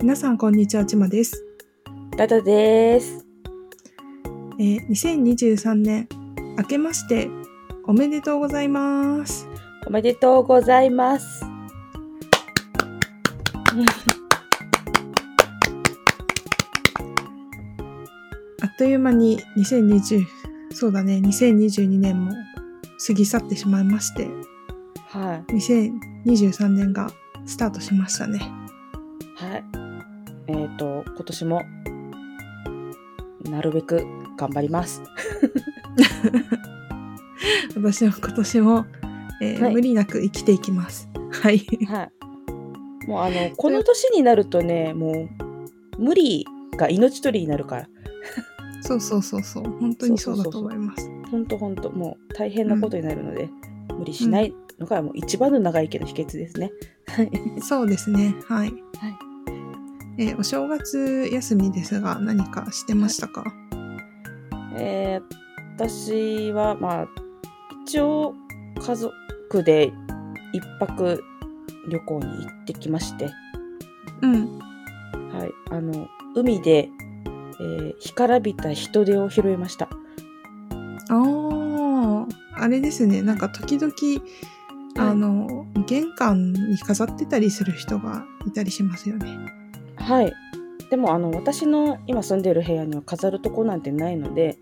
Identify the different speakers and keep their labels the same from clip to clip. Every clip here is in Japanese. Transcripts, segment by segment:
Speaker 1: 皆さんこんにちはちまです、
Speaker 2: ラダです。
Speaker 1: えー2023年明けましておめでとうございます
Speaker 2: おめでとうございます。
Speaker 1: あっという間に2020そうだね2022年も過ぎ去ってしまいまして
Speaker 2: は
Speaker 1: 2023年がスタートしましたね
Speaker 2: い。はい。えっ、と、今年も、なるべく頑張ります。
Speaker 1: 私は今年も、えー
Speaker 2: はい
Speaker 1: 無理なく生きていきますはい
Speaker 2: はい。 もうあの、この年になるとね、もう、無理が命取りになるから、
Speaker 1: そうそうそうそう本当にそうだと思います
Speaker 2: ほんとほんと、もう大変なことになるので、無理しないのがもう一番の長生きの秘訣ですね。はい。
Speaker 1: そうですね、はい。えーお正月休みですが、何かしてましたか、
Speaker 2: えー私は、まあ、一応、家族で一泊旅行に行ってきまして、は
Speaker 1: うん。
Speaker 2: い、あの、海で、えー干からびた人手を拾いました。
Speaker 1: ああ、あれですね、なんか時々、あの、玄関に飾ってたりする人がいたりしますよね。
Speaker 2: はい。でも、あの、私の今住んでる部屋には飾るとこなんてないので、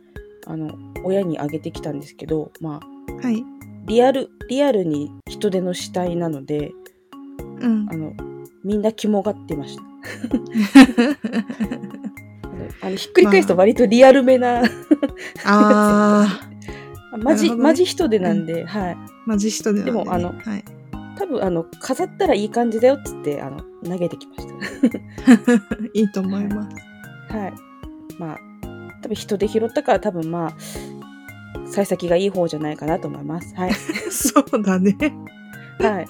Speaker 2: あの、親にあげてきたんですけど、まあ、
Speaker 1: はい。
Speaker 2: リアル、リアルに人手の死体なので、
Speaker 1: うん
Speaker 2: あ。の、みんな肝がってました。あのひっくり返すと割とリアルめな、
Speaker 1: ああ、
Speaker 2: マジ、
Speaker 1: なるほどね
Speaker 2: マジ人手なんで、はい。
Speaker 1: まじ人でなんで、ね。
Speaker 2: でもあの
Speaker 1: はい。
Speaker 2: 多分、あの、飾ったらいい感じだよっつって、あの、投げてきまし
Speaker 1: いいと思います。
Speaker 2: た。 はい。まあ、多分人手拾ったから多分まあ、幸先がいい方じゃないかなと思いま す。はい。
Speaker 1: そうだね。
Speaker 2: はい。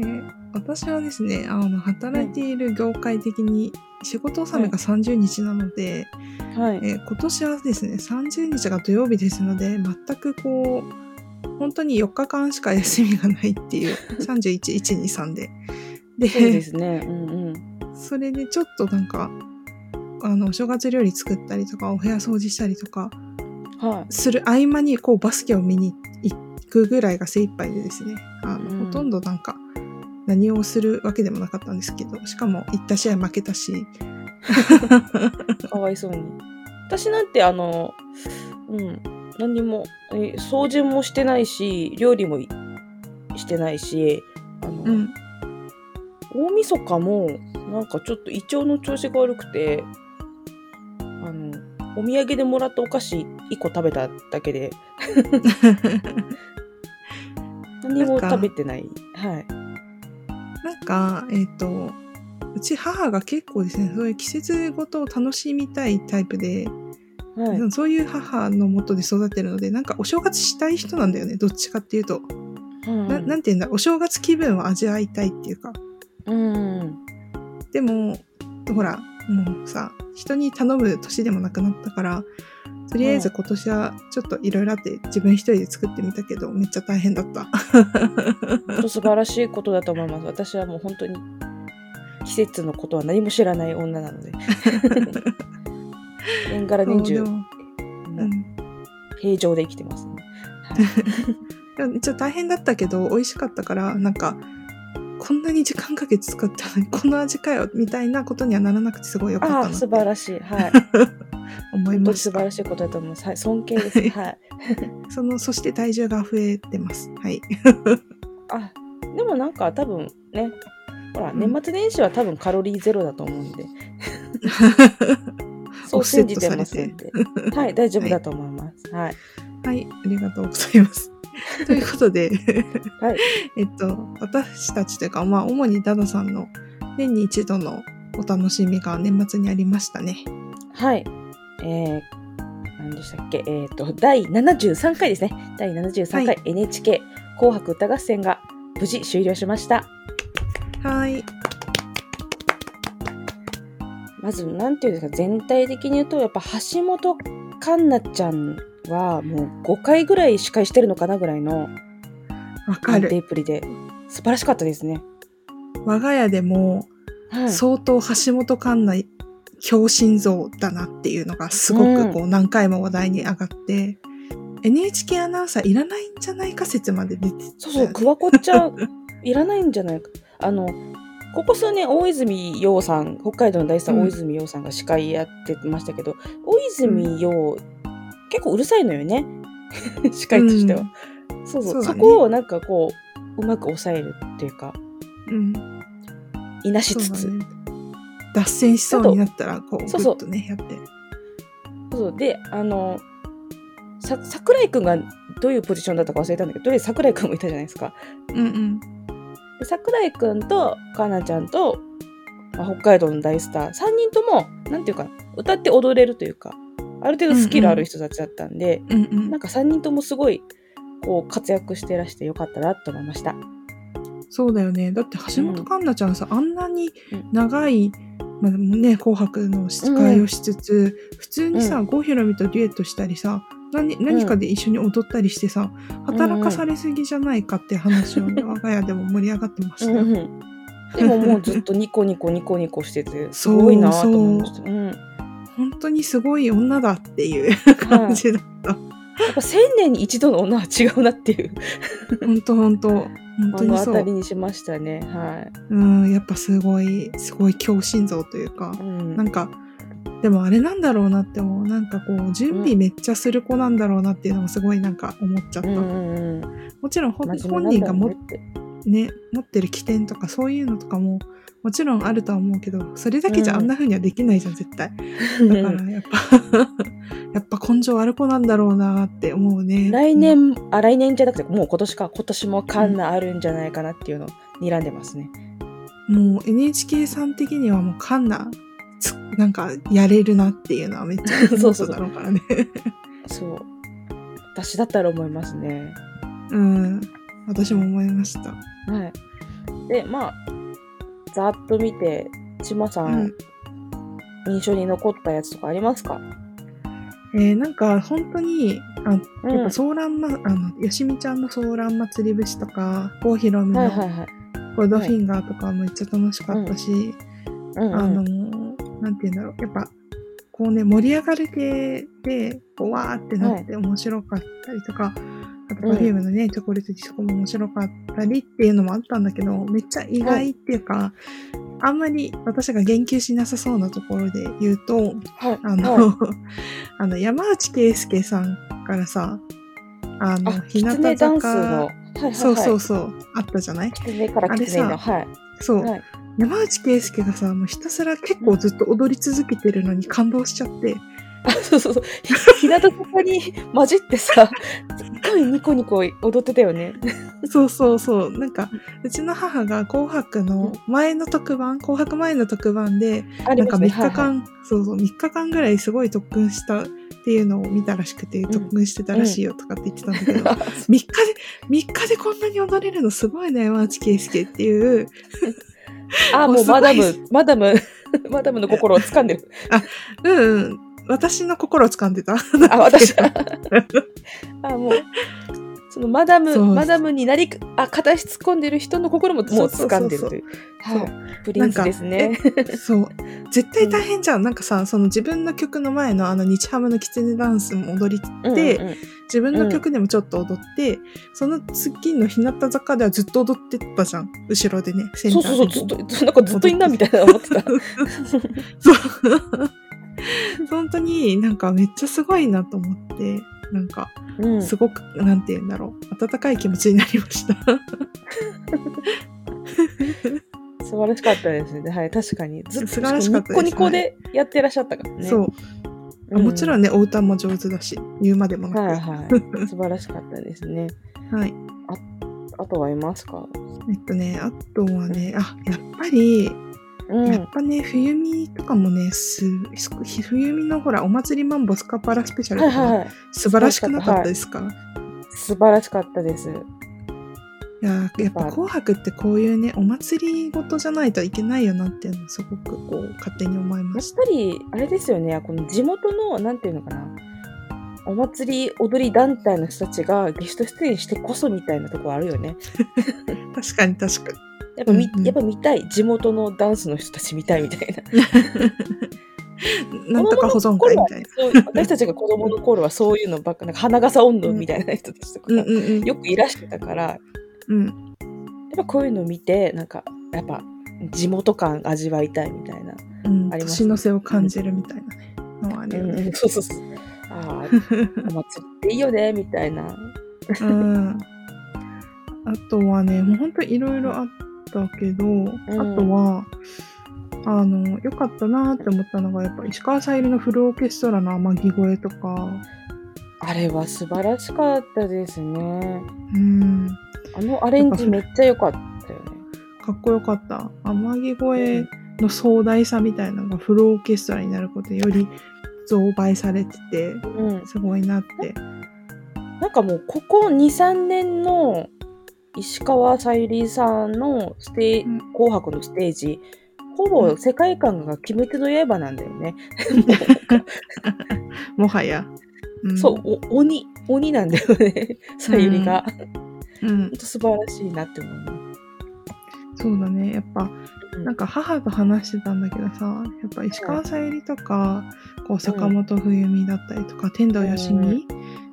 Speaker 1: えー私はですね、あの、働いている業界的に、仕事納めが30日なので、
Speaker 2: はい。
Speaker 1: えー今年はですね30日が土曜日ですので全くこう本当に4日間しか休みがないって いう31123でで
Speaker 2: そうですね。うんうん。
Speaker 1: それでちょっとなんかあのお正月料理作ったりとかお部屋掃除したりとか
Speaker 2: はい。
Speaker 1: する合間にこうバスケを見に行くぐらいが精一杯でですねあの、
Speaker 2: うん
Speaker 1: ほとんどなんか何をするわけでもなかったんですけどしかも行った試合負けたし
Speaker 2: かわいそうに。私なんてあの、うん、何も、え掃除もしてないし、料理もいしてないし、あの、
Speaker 1: うん
Speaker 2: 大晦日も、なんかちょっと胃腸の調子が悪くて、あの、お土産でもらったお菓子1個食べただけで、何も
Speaker 1: なんか
Speaker 2: 食べてない。はい。
Speaker 1: なんか、えっ、と、うち母が結構ですね、そういう季節ごとを楽しみたいタイプで、
Speaker 2: はい。
Speaker 1: そういう母のもとで育ってるので、なんかお正月したい人なんだよね、どっちかっていうと。
Speaker 2: うん
Speaker 1: ななんて言うんだ、お正月気分を味わいたいっていうか。
Speaker 2: うん。
Speaker 1: でも、ほら、もうさ、人に頼む年でもなくなったから、とりあえず今年はちょっといろいろあって自分一人で作ってみたけど、めっちゃ大変だった。
Speaker 2: 本当素晴らしいことだと思います。私はもう本当に季節のことは何も知らない女な ので。年がら年
Speaker 1: そうで
Speaker 2: 中、
Speaker 1: も、
Speaker 2: も
Speaker 1: う、
Speaker 2: うん平常で生きてますね。
Speaker 1: でも一応大変だったけど美味しかったからなんかこんなに時間かけて作ったのに この味かよみたいなことにはならなくてすごい良かった
Speaker 2: あ
Speaker 1: な
Speaker 2: あ、
Speaker 1: って
Speaker 2: 素晴らし い。はい。
Speaker 1: 思い
Speaker 2: 本当
Speaker 1: ま
Speaker 2: に素
Speaker 1: し
Speaker 2: 晴
Speaker 1: た
Speaker 2: らしいことだと思います。はい、尊敬です。はい。
Speaker 1: そのそして体重が増えてますはい
Speaker 2: あ、でもなんか多分ね、ほら、
Speaker 1: うん
Speaker 2: 年末年始は多分カロリーゼロだと思う んで、そう
Speaker 1: オフセ
Speaker 2: 信
Speaker 1: ッ
Speaker 2: じ
Speaker 1: ト
Speaker 2: て
Speaker 1: さ
Speaker 2: ま
Speaker 1: れ
Speaker 2: すん
Speaker 1: て
Speaker 2: で。はい、大丈夫だと思います。はい。
Speaker 1: はいありがとうございます ということで、
Speaker 2: はい
Speaker 1: えっと私たちというかまあ主にダダさんの年に一度のお楽しみが年末にありましたね
Speaker 2: はい。えー、何でしたっけえっ、と、第73回ですね。第73回、
Speaker 1: はい
Speaker 2: NHK 紅白歌合戦が無事終了しました。
Speaker 1: はい
Speaker 2: まず、なんていうんですか、全体的に言うと、やっぱ橋本環奈ちゃんはもう5回ぐらい司会してるのかなぐらいの
Speaker 1: わか
Speaker 2: 安定
Speaker 1: る
Speaker 2: っぷりで、素晴らしかったですね。
Speaker 1: 我が家でも
Speaker 2: はい
Speaker 1: 相当橋本環奈強心臓だなっていうのがすごくこう何回も話題に上がって、NHK アナウンサーいらないんじゃないか説まで出て
Speaker 2: そうそう、クワコちゃん、いらないんじゃないか。あの、ここ数年、大泉洋さん、北海道の大スター、
Speaker 1: うん
Speaker 2: 大泉洋さんが司会やってましたけど、大泉洋、結構うるさいのよね。 司会としては。そうそう、そ
Speaker 1: そうだね
Speaker 2: こをなんかこう、うまく抑えるっていうか、
Speaker 1: うん、
Speaker 2: いなし
Speaker 1: そう
Speaker 2: つ
Speaker 1: だ
Speaker 2: つ。そう,、
Speaker 1: ね脱線しそうになったらこう
Speaker 2: そう
Speaker 1: グ
Speaker 2: そう
Speaker 1: ッとねやって
Speaker 2: そうで、あの、さ、桜井くんがどういうポジションだったか忘れたんだけど、とりあえず桜井くんもいたじゃないですか。
Speaker 1: うんうん
Speaker 2: で桜井くんとかなちゃんと、まあ、北海道の大スター3人ともなんていうか歌って踊れるというかある程度スキルある人たちだったんで、
Speaker 1: うんうん
Speaker 2: なんか3人ともすごいこう活躍してらしてよかったなと思いました。
Speaker 1: そうだよね。だって橋本環奈ちゃんさ、あんなに
Speaker 2: うん
Speaker 1: 長い、まあでもね、紅白の司会をしつつ、普通にさ、郷ひろみとデュエットしたりさ、何何かで一緒に踊ったりしてさ、働かされすぎじゃないかって話を、ね、我が家でも盛り上がってましたよ。
Speaker 2: でももうずっとニコニコニコニコしててすごいなと思いました。うん、や
Speaker 1: 本当にすごい女だっていう感じだった。
Speaker 2: っぱ1000年に一度の女は違うなっていう
Speaker 1: 本当本当本当
Speaker 2: 目
Speaker 1: に
Speaker 2: の当
Speaker 1: そ
Speaker 2: た
Speaker 1: う
Speaker 2: り。にしましたね。はい。
Speaker 1: うん、やっぱすごい、すごい強心臓というか。
Speaker 2: うん
Speaker 1: なんか、でもあれなんだろうなって思う。なんかこう、準備めっちゃする子なんだろうなっていうのもすごいなんか思っちゃった。
Speaker 2: うんうんうん
Speaker 1: もちろんほん
Speaker 2: 真
Speaker 1: 本
Speaker 2: 面目
Speaker 1: 人が
Speaker 2: なんだろう
Speaker 1: も
Speaker 2: ね、って
Speaker 1: ね、持ってる起点とかそういうのとかも、もちろんあるとは思うけど、それだけじゃあんな風にはできないじゃん、絶対。だからやっぱ、 やっぱ根性ある子なんだろうなって思うね。
Speaker 2: 来年、あ、来年じゃなくて、もう今年か、今年もカンナあるんじゃないかなっていうのを睨んでますね。
Speaker 1: うん。もう NHK さん的にはもうカンナ、つなんかやれるなっていうのはめっちゃ
Speaker 2: そ
Speaker 1: 要
Speaker 2: う
Speaker 1: 素
Speaker 2: そう
Speaker 1: だろうからね。
Speaker 2: そう。私だったら思いますね。
Speaker 1: うん。私も思いました。
Speaker 2: はい。で、まあ、ざーっと見て、ちまさ、
Speaker 1: うん
Speaker 2: 印象に残ったやつとかありますか
Speaker 1: えーなんか本当にあやっ
Speaker 2: う
Speaker 1: ぱソーラン、まあのよしみちゃんの「ソーラン祭り節」とか郷ひろみ
Speaker 2: はい
Speaker 1: の
Speaker 2: はいはい。
Speaker 1: 「ゴールドフィンガー」とかめっちゃ楽しかったし、
Speaker 2: うん、うん。
Speaker 1: あのーなんて言うんだろうやっぱこうね盛り上がる系でこうわーってなって面白かったりとか、あと
Speaker 2: うん
Speaker 1: Perfume のね、チョコレートディスコも面白かったりっていうのもあったんだけどめっちゃ意外っていうか、あんまり私が言及しなさそうなところで言うと、
Speaker 2: はい、
Speaker 1: あ
Speaker 2: はい、
Speaker 1: の、 あの、山内圭介さんからさ、あの、
Speaker 2: あ、きつねダンスの、はいはいはい。
Speaker 1: そうそうそう、あったじゃない
Speaker 2: きつねからきつね
Speaker 1: あ
Speaker 2: の、
Speaker 1: れ
Speaker 2: はい。
Speaker 1: そう、
Speaker 2: はい
Speaker 1: 山内圭介がさ、もうひたすら結構ずっと踊り続けてるのに感動しちゃって、
Speaker 2: あそうそうそう。ひ日向坂に混じってさ、すっごいニコニコ踊ってたよね。
Speaker 1: そうそうそう、なんか、うちの母が紅白の前の特番、紅白前の特番で、
Speaker 2: あり
Speaker 1: なんか
Speaker 2: ま
Speaker 1: 3
Speaker 2: すね
Speaker 1: 日間、そうそう、3日間ぐらいすごい特訓したっていうのを見たらしくて、
Speaker 2: ん
Speaker 1: 特訓してたらしいよとかって言ってたんだけど、
Speaker 2: はいはい
Speaker 1: 3日で、3日でこんなに踊れるのすごいね、山内圭介っていう。
Speaker 2: あ、
Speaker 1: も
Speaker 2: も
Speaker 1: う
Speaker 2: う
Speaker 1: すごい
Speaker 2: マダム、マダム、 マダムの心を掴ん でる。
Speaker 1: うんうん。私の心を掴んで た。
Speaker 2: あ、私。あ、もう、そのマダム、
Speaker 1: そう
Speaker 2: マダムになり、あ、片足突っ込んでる人の心ももう掴んでるという。
Speaker 1: そうそうそう
Speaker 2: はい。プリンスですね。
Speaker 1: そう。絶対大変じゃん。なんかさ、その自分の曲の前のあの日ハムの狐ダンスも踊り、で
Speaker 2: うんうんうん
Speaker 1: 自分の曲でもちょっと踊って、その次の日向坂ではずっと踊ってたじゃん。後ろでね、セ
Speaker 2: そう
Speaker 1: で
Speaker 2: そうそう、ずっと、ずなんかずっといんなみたいな思っ て た。
Speaker 1: そう。 本当になんかめっちゃすごいなと思って、なんか
Speaker 2: うん
Speaker 1: すごく、なんて言うんだろう。温かい気持ちになりました。
Speaker 2: 素晴らしかったですね。はい、確かに。ずっと、
Speaker 1: 素晴らしかったです
Speaker 2: ニッコニコでやってらっしゃったからね。
Speaker 1: そう。
Speaker 2: う
Speaker 1: もちろ
Speaker 2: ん。
Speaker 1: んね、お歌も上手だし、言うまでもなく。
Speaker 2: はいはい。素晴らしかったですね。
Speaker 1: はい。
Speaker 2: あとはいますか
Speaker 1: えっとね、あとはね、あ、やっぱり、
Speaker 2: う
Speaker 1: やっ。ぱね、冬見とかもね、す、す冬見のほら、お祭りマンボスカパラスペシャル
Speaker 2: は
Speaker 1: と
Speaker 2: い
Speaker 1: かね、
Speaker 2: はいはい。
Speaker 1: 素晴らしくなかったですか、い、
Speaker 2: 素晴らしかったです。
Speaker 1: やー、やっぱ紅白ってこういうね、お祭りごとじゃないといけないよなっていうのをすごくこう、勝手に思い
Speaker 2: や
Speaker 1: ま
Speaker 2: っ
Speaker 1: した。
Speaker 2: ぱり、あれですよね、この地元の、なんていうのかな、お祭り踊り団体の人たちがゲスト出演してこそみたいなとこあるよね。
Speaker 1: 確かに確かに。
Speaker 2: やっぱ見、
Speaker 1: うんうん
Speaker 2: やっぱ見たい。地元のダンスの人たち見たいみたいな。
Speaker 1: なんとか保存会みたいな。
Speaker 2: そう 私たちが子供の頃はそういうのばっか、なんか花笠温度みたいな人たちとか、
Speaker 1: うんうんうん。
Speaker 2: よくいらしてたから、やっ
Speaker 1: うん
Speaker 2: ぱこういうの見て、なんか、やっぱ地元感味わいたいみたいな。
Speaker 1: うん、
Speaker 2: あります
Speaker 1: 年の瀬を感じるみたいなね。のはあるよね。
Speaker 2: そうそうそう。ああ、お祭りっていいよね、みたいな。
Speaker 1: うん。あとはね、もう本当いろいろあったけど、あとは、あの、良かったなーって思ったのが、やっぱ石川さゆりのフルオーケストラの天城越えとか、
Speaker 2: あれは素晴らしかったですね。
Speaker 1: うん、
Speaker 2: あのアレンジめっちゃ良かったよね。
Speaker 1: かっこよかった。天城越えの壮大さみたいなのがフルオーケストラになることでより増倍されてて、
Speaker 2: うん。
Speaker 1: すごいなって。
Speaker 2: なんかもうここ2、3年の石川さゆりさんのステー、
Speaker 1: うん
Speaker 2: 紅白のステージ、ほぼ世界観が鬼滅の刃なんだよね。
Speaker 1: もはや。ん
Speaker 2: そう、お鬼、鬼なんだよね。さゆりが。ほん
Speaker 1: うん。
Speaker 2: と素晴らしいなって思いま
Speaker 1: そうだね。やっぱ、
Speaker 2: す。
Speaker 1: なんか母と話してたんだけどさ、やっぱ石川さゆりとか、こう坂本冬美だったりとか、天童よしみ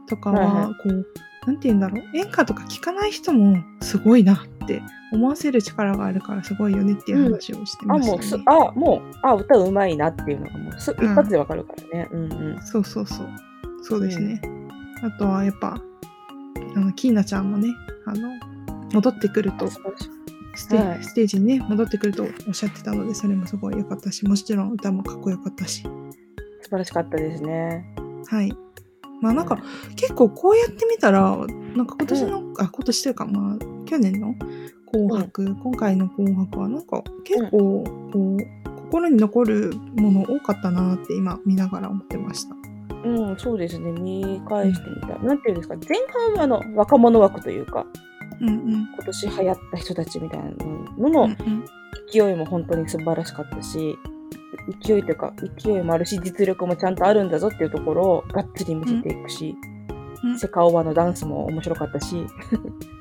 Speaker 1: とか
Speaker 2: はい
Speaker 1: は、
Speaker 2: は
Speaker 1: こう、なんて言うんだろう、演歌とか聞かない人もすごいなって思わせる力があるからすごいよねっていう話をしてま
Speaker 2: あ、も
Speaker 1: し
Speaker 2: う
Speaker 1: た
Speaker 2: す
Speaker 1: ね。
Speaker 2: あ、もう、あ、歌うまいなっていうのがもうす、
Speaker 1: ん
Speaker 2: 一発でわかるからね。うんうん。
Speaker 1: そうそうそう。そうですね。あとはやっぱ、あの、キーナちゃんもね、あの、戻ってくると
Speaker 2: 素晴らしい
Speaker 1: ステ,、
Speaker 2: はい
Speaker 1: ステージにね戻ってくるとおっしゃってたのでそれもすごい良かったしもちろん歌もかっこよかったし
Speaker 2: 素晴らしかったですね。
Speaker 1: はいまあなんか、結構こうやってみたらなんか今年の、あ今年というかまあ去年の「紅白」今回の「紅白」はなんか結構こう心に残るもの多かったなって今見ながら思ってました。
Speaker 2: うん、そうですね。見返してみた。なんていうんですか、前半はあの若者枠というか、
Speaker 1: うんうん
Speaker 2: 今年流行った人たちみたいなの
Speaker 1: う
Speaker 2: の
Speaker 1: んうん
Speaker 2: 勢いも本当に素晴らしかったし、勢いというか、勢いもあるし、実力もちゃんとあるんだぞっていうところをがっつり見せていくし、
Speaker 1: うん
Speaker 2: セカオバのダンスも面白かったし、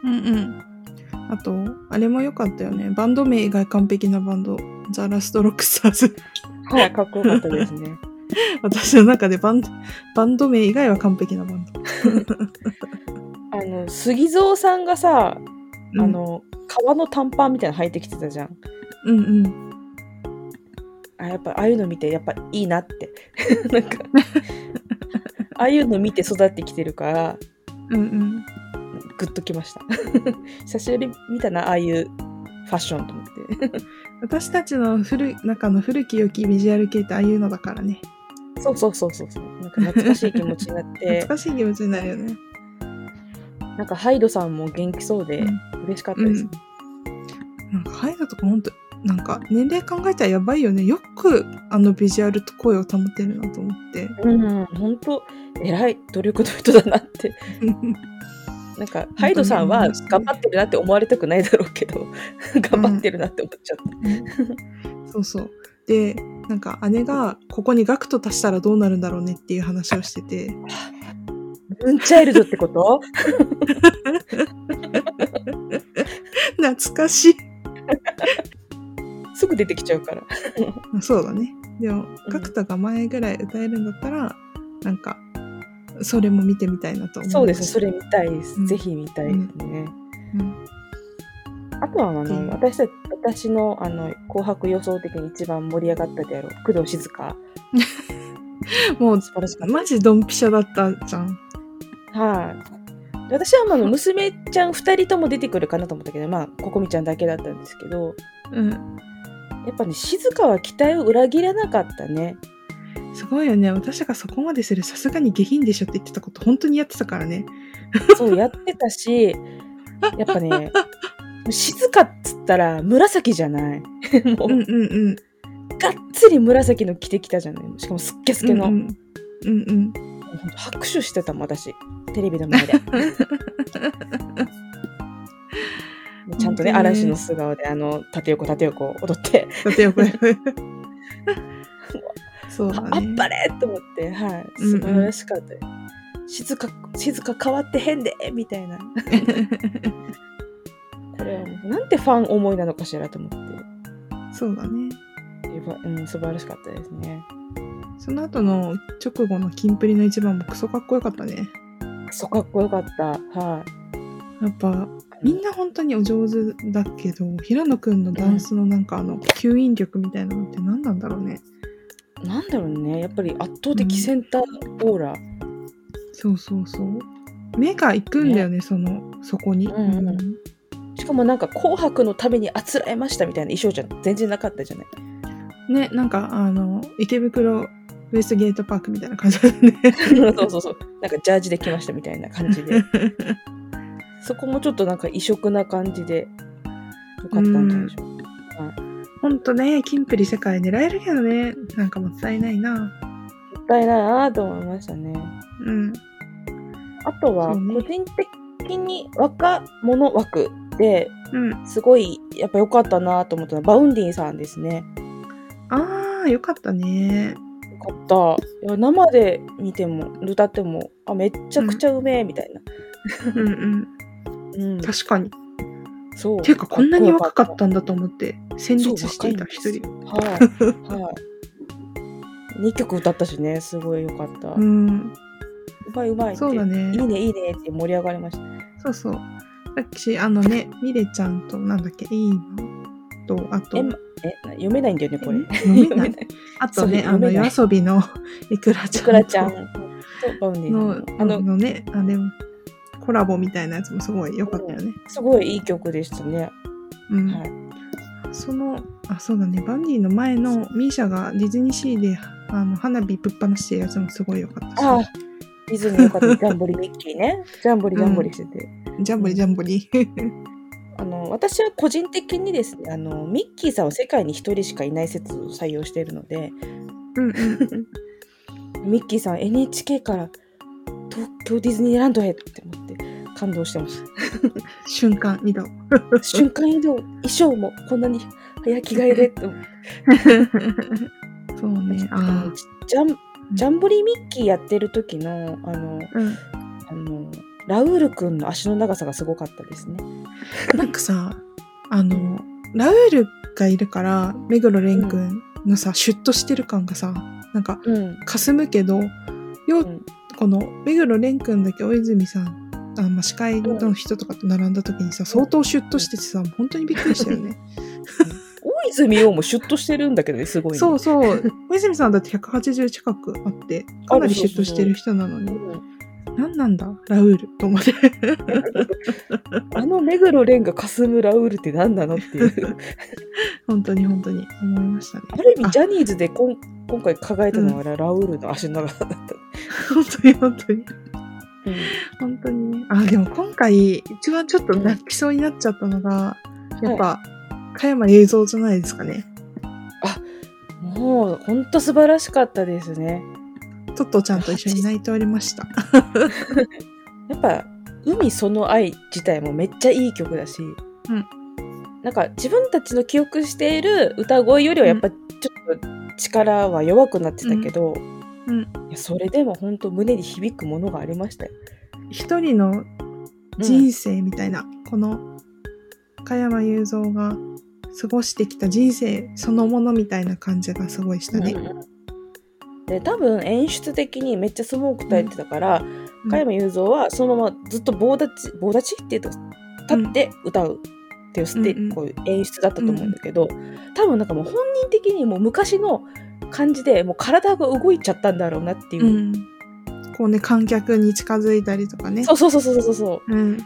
Speaker 1: うんうんあとあれも良かったよねバンド名以外完璧なバンドザ・ラストロックスターズ
Speaker 2: はい、かっこよかったですね。
Speaker 1: 私の中でバンドバンド名以外は完璧なバンド。
Speaker 2: あの、杉蔵さんがさ、
Speaker 1: うん
Speaker 2: あ、の、革の短パンみたいなの履いてきてたじゃん。
Speaker 1: うんうん。
Speaker 2: あやっぱああいうの見てやっぱいいなってなんかああいうの見て育ってきてるから
Speaker 1: うんうん。
Speaker 2: グッときました久しぶりに見たなああいうファッションと思って
Speaker 1: 私たちの古い中の古き良きビジュアル系ってああいうのだからね。
Speaker 2: そうそうそうそうそうなんか懐かしい気持ちになって
Speaker 1: 懐かしい気持ちになるよね。
Speaker 2: なんかハイドさんも元気そうで
Speaker 1: うん
Speaker 2: 嬉しかったです、ね
Speaker 1: なんかハイドとか本当なんか年齢考えたらやばいよね。よくあのビジュアルと声を保てるなと思 って。
Speaker 2: うん、うん、本当偉い努力の人だなってなんかハイドさんは
Speaker 1: 本当に思いますね
Speaker 2: 頑張ってるなって思われたくないだろうけど頑張ってるなって思っちゃった、
Speaker 1: そうそう。で、なんか姉がここにガクト足したらどうなるんだろうねっていう話をしてて。
Speaker 2: ムーンチャイルドってこと
Speaker 1: 懐かしい。
Speaker 2: すぐ出てきちゃうから
Speaker 1: まあそうだね。でも、
Speaker 2: うん
Speaker 1: 角田が前ぐらい歌えるんだったら、なんか、それも見てみたいなと思いま
Speaker 2: そうですね、そ
Speaker 1: れ。
Speaker 2: れ見たいです。
Speaker 1: うん
Speaker 2: ぜひ見たいですね。
Speaker 1: うん
Speaker 2: あとはあ
Speaker 1: うん
Speaker 2: の私た私のあの紅白予想的に一番盛り上がったであろう工藤静香
Speaker 1: もう、
Speaker 2: 素晴らしかっ
Speaker 1: マジドンピシャだったじゃん。
Speaker 2: た。はい、私はまああの娘ちゃん2人とも出てくるかなと思ったけど、まあ、ここみちゃんだけだったんですけど、
Speaker 1: うん。
Speaker 2: やっぱね、静香は期待を裏切らなかったね。
Speaker 1: すごいよね。私がそこまでする、さすがに下品でしょって言ってたこと、本当にやってたからね。
Speaker 2: そうやって たし、やっぱね、静香っつったら紫じゃない。もう、
Speaker 1: うんうんうん。
Speaker 2: がっつり紫の着てきたじゃない。しかもすっげす
Speaker 1: う
Speaker 2: け
Speaker 1: んう
Speaker 2: の。
Speaker 1: ん。うんうん。
Speaker 2: ほんと拍手してたもん私テレビの前 でちゃ
Speaker 1: 本
Speaker 2: んとね
Speaker 1: 当ね
Speaker 2: 嵐の素顔であの縦横縦横踊って、
Speaker 1: だってよ く。そうだ
Speaker 2: あ
Speaker 1: ね。
Speaker 2: あっぱれと思ってはい
Speaker 1: うんう
Speaker 2: 素
Speaker 1: ん
Speaker 2: 晴らしかったよ、静か静か変わって変でみたいなこれはもうなんてファン思いなのかしらと思っ
Speaker 1: そうだね。
Speaker 2: て、やばうん、素晴らしかったですね。
Speaker 1: その後の直後のキンプリの一番もクソかっこよかったね。
Speaker 2: そうかっこよかった。はい、
Speaker 1: やっぱみんな本当にお上手だけど平野くんのダンスのなんかあの吸引力みたいなのって何なんだろうね。
Speaker 2: なんだろうね、やっぱり圧倒的センターオーラ。
Speaker 1: そうそうそう。目が行くんだよね、そのそこに。
Speaker 2: うんうんしかもなんか紅白のためにあつらえましたみたいな衣装じゃ全然なかったじゃない。
Speaker 1: ねなんかあの池袋ウエストゲートパークみたいな感じだ ね。
Speaker 2: そうそうそう。なんかジャージで来ましたみたいな感 じで。そこもちょっとなんか異色な感じで、よかったんじゃないでしょうか。
Speaker 1: ほんとねキンプリ世界狙えるけどねなんかもったいないな。
Speaker 2: もったいないなと思いましたね。
Speaker 1: うん。
Speaker 2: あとは、
Speaker 1: そうね
Speaker 2: 個人的に若者枠で
Speaker 1: うん。
Speaker 2: すごいやっぱ良かったなと思ったのはバウンディンさんですね。
Speaker 1: ああよかったね。
Speaker 2: よかった。いや生で見ても歌ってもあめっちゃくちゃうめえみたいな。
Speaker 1: うんうん。
Speaker 2: うん。
Speaker 1: 確かに。
Speaker 2: そう。
Speaker 1: ていうかこんなに若かったんだと思って戦
Speaker 2: そう
Speaker 1: 慄していた一人。。
Speaker 2: 若いんですよはい。はい。2曲歌ったしね、すごいよかった。う
Speaker 1: うん。
Speaker 2: まいうまいって。
Speaker 1: そうだね
Speaker 2: いいね、いいねって盛り上がりました。
Speaker 1: そうそう。私あのねミレちゃんとなんだっけイーマとあと
Speaker 2: え、まえ、な読めないんだよね、これ。
Speaker 1: え 読めない
Speaker 2: い。
Speaker 1: あとね
Speaker 2: そう
Speaker 1: あの
Speaker 2: 読めな
Speaker 1: 夜
Speaker 2: い
Speaker 1: 遊びの いくらちゃん
Speaker 2: ちくらちゃん
Speaker 1: と
Speaker 2: とバウンディ
Speaker 1: の
Speaker 2: さん
Speaker 1: あ
Speaker 2: あ
Speaker 1: の
Speaker 2: の、
Speaker 1: ねあれコラボみたいなやつもすごい良かったよね。
Speaker 2: すごいいい曲でしたね。
Speaker 1: うん。
Speaker 2: はい
Speaker 1: そのあそうだねバンディの前のミーシャがディズニーシーであの花火ぶっ放してるやつもすごい良かったし。
Speaker 2: ああ、ディズニーよかった。ジャンボリミッキ ーね。ジャンボリジャンボリしてて。
Speaker 1: ジャンボリジャンボ リ。
Speaker 2: あの私は個人的にですねあのミッキーさんは世界に一人しかいない説を採用しているので
Speaker 1: うんうん。
Speaker 2: ミッキーさん NHK から東京ディズニーランドへって思って感動して まし
Speaker 1: 瞬間移 動。
Speaker 2: た瞬間移動衣装もこんなに早着替えでって思って
Speaker 1: そう ね。ああ。
Speaker 2: ジャンジャンボリーミッキーやってる時のあの
Speaker 1: うん。
Speaker 2: あのラウール君の足の長さがすごかったですね。
Speaker 1: なんかさ、あの、ラウールがいるから、目黒蓮くんのさ、シュッとしてる感がさ、なんか、
Speaker 2: うん、
Speaker 1: 霞むけど、よ、
Speaker 2: うん
Speaker 1: この、目黒蓮くんだけ大泉さん、あまあ、司会の人とかと並んだ時にさ、相当シュッとしててさ、本当にびっくりしたよ ね。
Speaker 2: 大泉洋もシュッとしてるんだけどねすごいね、
Speaker 1: そうそう。大泉さんだって180近くあって、かなりシュッとしてる人なの
Speaker 2: う
Speaker 1: に、
Speaker 2: ん
Speaker 1: なんなんだ、ラウールと思って。
Speaker 2: あの目黒蓮が霞むラウールって何なのっていう。
Speaker 1: 本当に本当に思いましたね。
Speaker 2: ある意
Speaker 1: あ
Speaker 2: 味、ジャニーズでこん今回輝いたのはラ,、ウールの足の長さだった。
Speaker 1: 本当に本当に。本当にね。あ、でも今回、一番ちょっと泣きそうになっちゃったのが、やっぱ、加山雄三じゃないですかね。
Speaker 2: もう、ほんと素晴らしかったですね。
Speaker 1: トットちゃんと一緒に泣いておりました。
Speaker 2: やっぱ、海その愛自体もめっちゃいい曲だし、
Speaker 1: うん
Speaker 2: なんか自分たちの記憶している歌声よりはやっぱちょっと力は弱くなってたけど、
Speaker 1: うんうん
Speaker 2: いやそれでも本当胸に響くものがありましたよ。
Speaker 1: 一人の人生みたいな、この、加山雄三が過ごしてきた人生そのものみたいな感じがすごいしたね。
Speaker 2: で多分演出的にめっちゃスモーク耐えてたから、
Speaker 1: うん
Speaker 2: 加山雄三はそのままずっと棒立ち棒立ちっていうと立って歌うっていうステ、
Speaker 1: うんうん
Speaker 2: こういう演出だったと思うんだけど、多分なんかもう本人的にもう昔の感じでもう体が動いちゃったんだろうなっていう
Speaker 1: う、ん。こうね、観客に近づいたりとかね。
Speaker 2: そうそうそうそうそうそう
Speaker 1: うん。
Speaker 2: や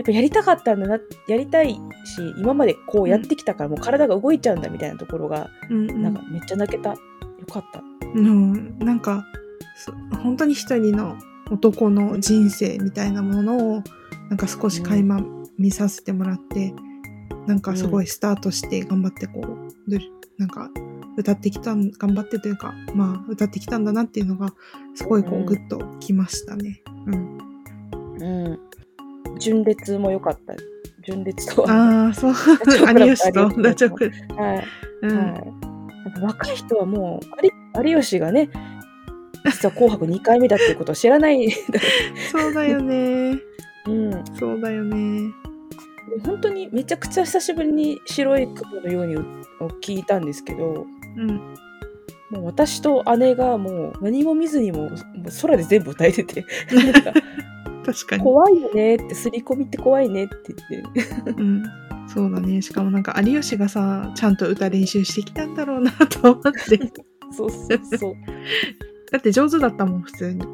Speaker 2: っぱやりたかったんだなやりたいし今までこうやってきたからもう体が動いちゃうんだみたいなところが、
Speaker 1: うん、うん。
Speaker 2: なんかめっちゃ泣けたよかった
Speaker 1: うん、なんかそ本当に一人の男の人生みたいなものをなんか少し垣間見させてもらって、なんかすごいスタートして頑張ってこう、どれなんか歌ってきたん頑張ってというかまあ歌ってきたんだなっていうのがすごいこ
Speaker 2: うん
Speaker 1: うグッときましたね。うん
Speaker 2: うん。純烈も良かった。純烈と は。
Speaker 1: ああそう
Speaker 2: チョコラ
Speaker 1: 有吉とラチョク。
Speaker 2: はい。
Speaker 1: うん
Speaker 2: はい。なんか若い人はもう、有有吉がね、実は紅白2回目だっていうことを知らない。
Speaker 1: そうだよね
Speaker 2: うん。
Speaker 1: そうだよね。
Speaker 2: 本当にめちゃくちゃ久しぶりに白い雲のようにを聞いたんですけど、
Speaker 1: うん。
Speaker 2: もう私と姉がもう何も見ずにももう空で全部歌えてて、なんか
Speaker 1: 確かに。
Speaker 2: 怖いよねって、刷り込みって怖いねって言って、
Speaker 1: うん。そうだね。しかもなんか有吉がさ、ちゃんと歌練習してきたんだろうなと思 って。
Speaker 2: そうそうそう。
Speaker 1: だって上手だったもん、普通 に。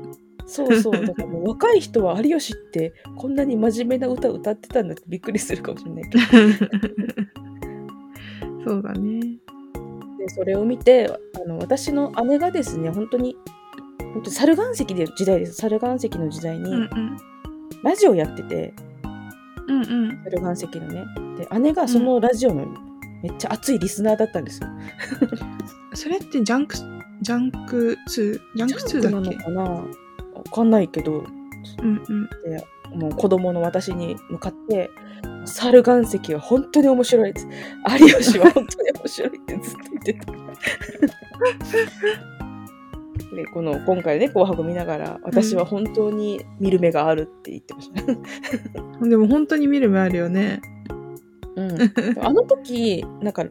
Speaker 2: そうそう、だからもう若い人は有吉ってこんなに真面目な歌歌ってたんだってびっくりするかもしれないけど、
Speaker 1: そうだね。
Speaker 2: でそれを見てあの、私の姉がですね、本当に、本当に猿岩石で時代です、猿岩石の時代
Speaker 1: うんう
Speaker 2: に
Speaker 1: ん。
Speaker 2: ラジオやってて、
Speaker 1: うんうん。
Speaker 2: 猿岩石のね。で、姉がそのラジオのめっちゃ熱いリスナーだったんですよ。
Speaker 1: それってジャンク、ジャンク2、ジャンク
Speaker 2: ジ
Speaker 1: 2
Speaker 2: ャンク
Speaker 1: だ
Speaker 2: な
Speaker 1: っ
Speaker 2: の
Speaker 1: け
Speaker 2: かなわかんないけど、
Speaker 1: うんうん。
Speaker 2: もう子供の私に向かって、猿岩石は本当に面白いです。有吉は本当に面白いってずっと言ってた。でこの今回ね「紅白」見ながら私は本当に見る目があるって言ってました、
Speaker 1: でも本当に見る目あるよね。
Speaker 2: うん、あの時なんかね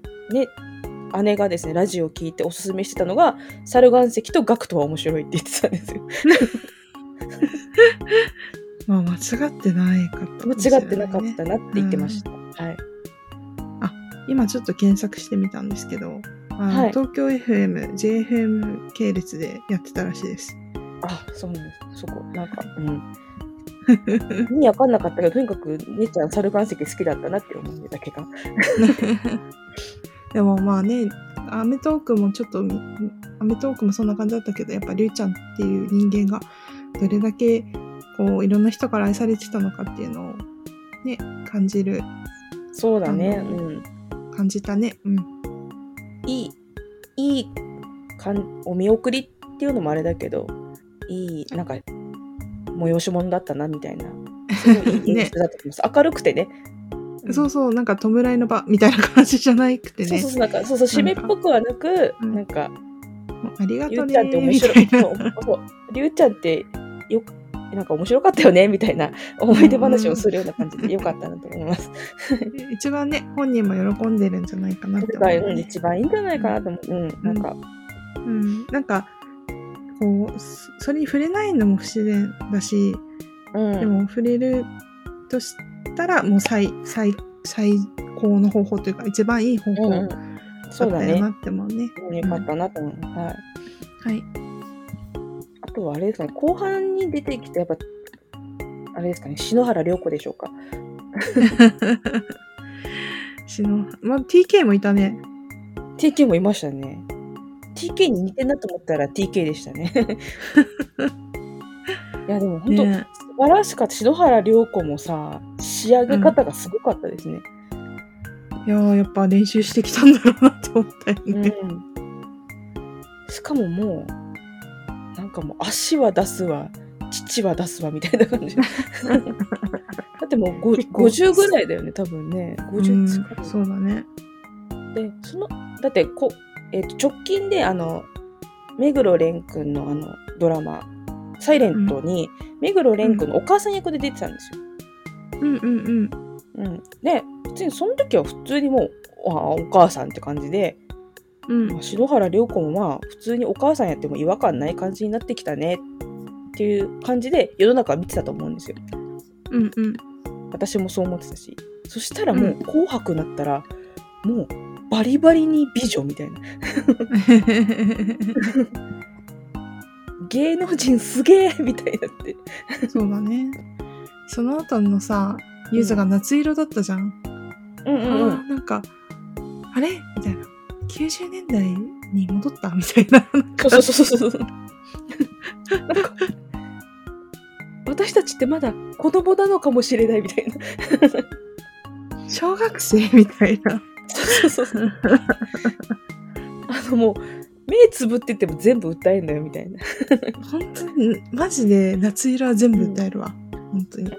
Speaker 2: 姉がですねラジオを聞いておすすめしてたのが「猿岩石とガクトは面白い」って言ってたんですよ
Speaker 1: まあ間違ってないかったかもしれないね、
Speaker 2: 間違ってなかったなって言ってました、はい
Speaker 1: 今ちょっと検索してみたんですけど、あの
Speaker 2: はい
Speaker 1: 東京 FM、JFM 系列でやってたらしいです。
Speaker 2: あそうなんですそこなんかうん意味わかんなかったけど、とにかく姉ちゃん猿岩石好きだったなって思ってたけが。
Speaker 1: でもまあね、アメトーークもちょっとみ、アメトーークもそんな感じだったけど、やっぱりゅうちゃんっていう人間がどれだけこういろんな人から愛されてたのかっていうのをね、感じる、
Speaker 2: そうだね。
Speaker 1: あの
Speaker 2: うん。
Speaker 1: 感じたね。うん。
Speaker 2: いい、いいかん、お見送りっていうのもあれだけど、いい、なんか、催し物だったな、みた いな。すごいいい演出だと思います。明るくてね。
Speaker 1: そうそう、なんか弔いの場みたいな感じじゃなくて
Speaker 2: うんそう
Speaker 1: ね
Speaker 2: そう。そう、なんか、そうそう、締めっぽくはなく、
Speaker 1: うん
Speaker 2: なんか、
Speaker 1: もうありが
Speaker 2: りゅ
Speaker 1: と
Speaker 2: う
Speaker 1: ね
Speaker 2: ちゃんって面
Speaker 1: みた
Speaker 2: 白
Speaker 1: い
Speaker 2: い。
Speaker 1: な。
Speaker 2: そうそうりゅうちゃんってよく、なんか面白かったよね、みたいな思い出話をするような感じで、よかったなと思います。
Speaker 1: 一番ね、本人も喜んでるんじゃないかなって
Speaker 2: 世
Speaker 1: 思
Speaker 2: 界
Speaker 1: う、
Speaker 2: うん一番いいんじゃないかなと思う。うん、なんか、
Speaker 1: うん、なんかこうそそれに触れないのも不自然だし、
Speaker 2: うん、
Speaker 1: でも触れるとしたらもう最最最高の方法というか一番いい方
Speaker 2: う
Speaker 1: 法
Speaker 2: んう
Speaker 1: だ
Speaker 2: ん
Speaker 1: っ
Speaker 2: そうだ
Speaker 1: たよ
Speaker 2: ね
Speaker 1: な。って思うね。
Speaker 2: うんよかったなと思う。はい。
Speaker 1: はい、
Speaker 2: あとはあれですかね、後半に出てきた、やっぱ、あれですかね、篠原涼子でしょうか。
Speaker 1: しのまあ、TK もいたね。
Speaker 2: TK もいましたね。TK に似てんなと思ったら TK でした ね。いや、でも本当、
Speaker 1: ね
Speaker 2: 素晴らしかった。篠原涼子もさ、仕上げ方がすごかったですね。
Speaker 1: いやーやっぱ練習してきたんだろうなって思ったよ
Speaker 2: う
Speaker 1: ね。
Speaker 2: ん。しかももう、なんかもう足は出すわ、父は出すわみたい な感じ。だってもうご
Speaker 1: 結構
Speaker 2: 50ぐらいだよね、多分ね。50近
Speaker 1: うん
Speaker 2: く
Speaker 1: そうだね。
Speaker 2: で、その、だってこ、えっと直近であの、目黒蓮くんのあのドラマ、サイレントに、目黒蓮くんのお母さん役で出てたんですよ。
Speaker 1: うんうんうん。
Speaker 2: うん。で、普通にその時は普通にもう、あお母さんって感じで、
Speaker 1: うん
Speaker 2: まあ、篠原涼子もまあ普通にお母さんやっても違和感ない感じになってきたねっていう感じで世の中は見てたと思うんですよ
Speaker 1: うんうん。
Speaker 2: 私もそう思ってたしそしたらもう「紅白」になったら、もうバリバリに美女みたいな芸能人すげえみたいになって
Speaker 1: そうだね。その後のさ、ゆずが夏色だったじゃん。
Speaker 2: うん
Speaker 1: ああーなんか、あれみたいな。90年代に戻ったみたいな。
Speaker 2: そうそうそうそうそうなんか私たちってまだ子供なのかもしれないみたいな
Speaker 1: 小学生みたいな。
Speaker 2: そうそう そうあのもう目つぶってても全部歌えんだよみたいな
Speaker 1: 本当に、マジで夏色は全部歌えるわ。本当に。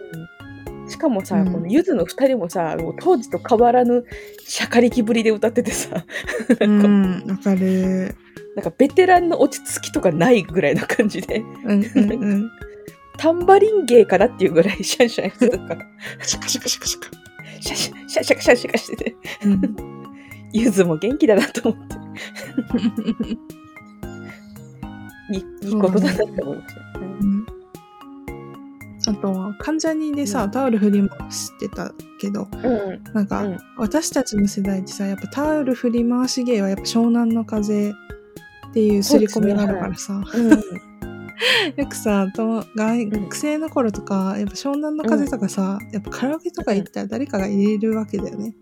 Speaker 2: しかもさ、
Speaker 1: うん
Speaker 2: このゆずの2人もさもう当時と変わらぬしゃかりきぶりで歌っててさ
Speaker 1: うん、わかる。
Speaker 2: なんかベテランの落ち着きとかないぐらいな感じで
Speaker 1: うんうんうん。
Speaker 2: タンバリン芸かなっていうぐらいシャンシャンしてたから
Speaker 1: シャカシャカシャカシャカ。
Speaker 2: シシャシャシャシャシャシャしてて、
Speaker 1: うん
Speaker 2: ゆずも元気だなと思って、いいいいことだなって思いました。うん
Speaker 1: うんあとは関ジャニでさ、
Speaker 2: うん
Speaker 1: タオル振り回してたけど
Speaker 2: うん、
Speaker 1: なんか、
Speaker 2: うん
Speaker 1: 私たちの世代ってさやっぱタオル振り回し芸はやっぱ湘南の風っていう刷り込みがあるからさ、
Speaker 2: うん、
Speaker 1: よくさと外
Speaker 2: ん
Speaker 1: 学生の頃とかやっぱ湘南の風とかさ、やっぱカラオケとか行ったら誰かが入れるわけだよね。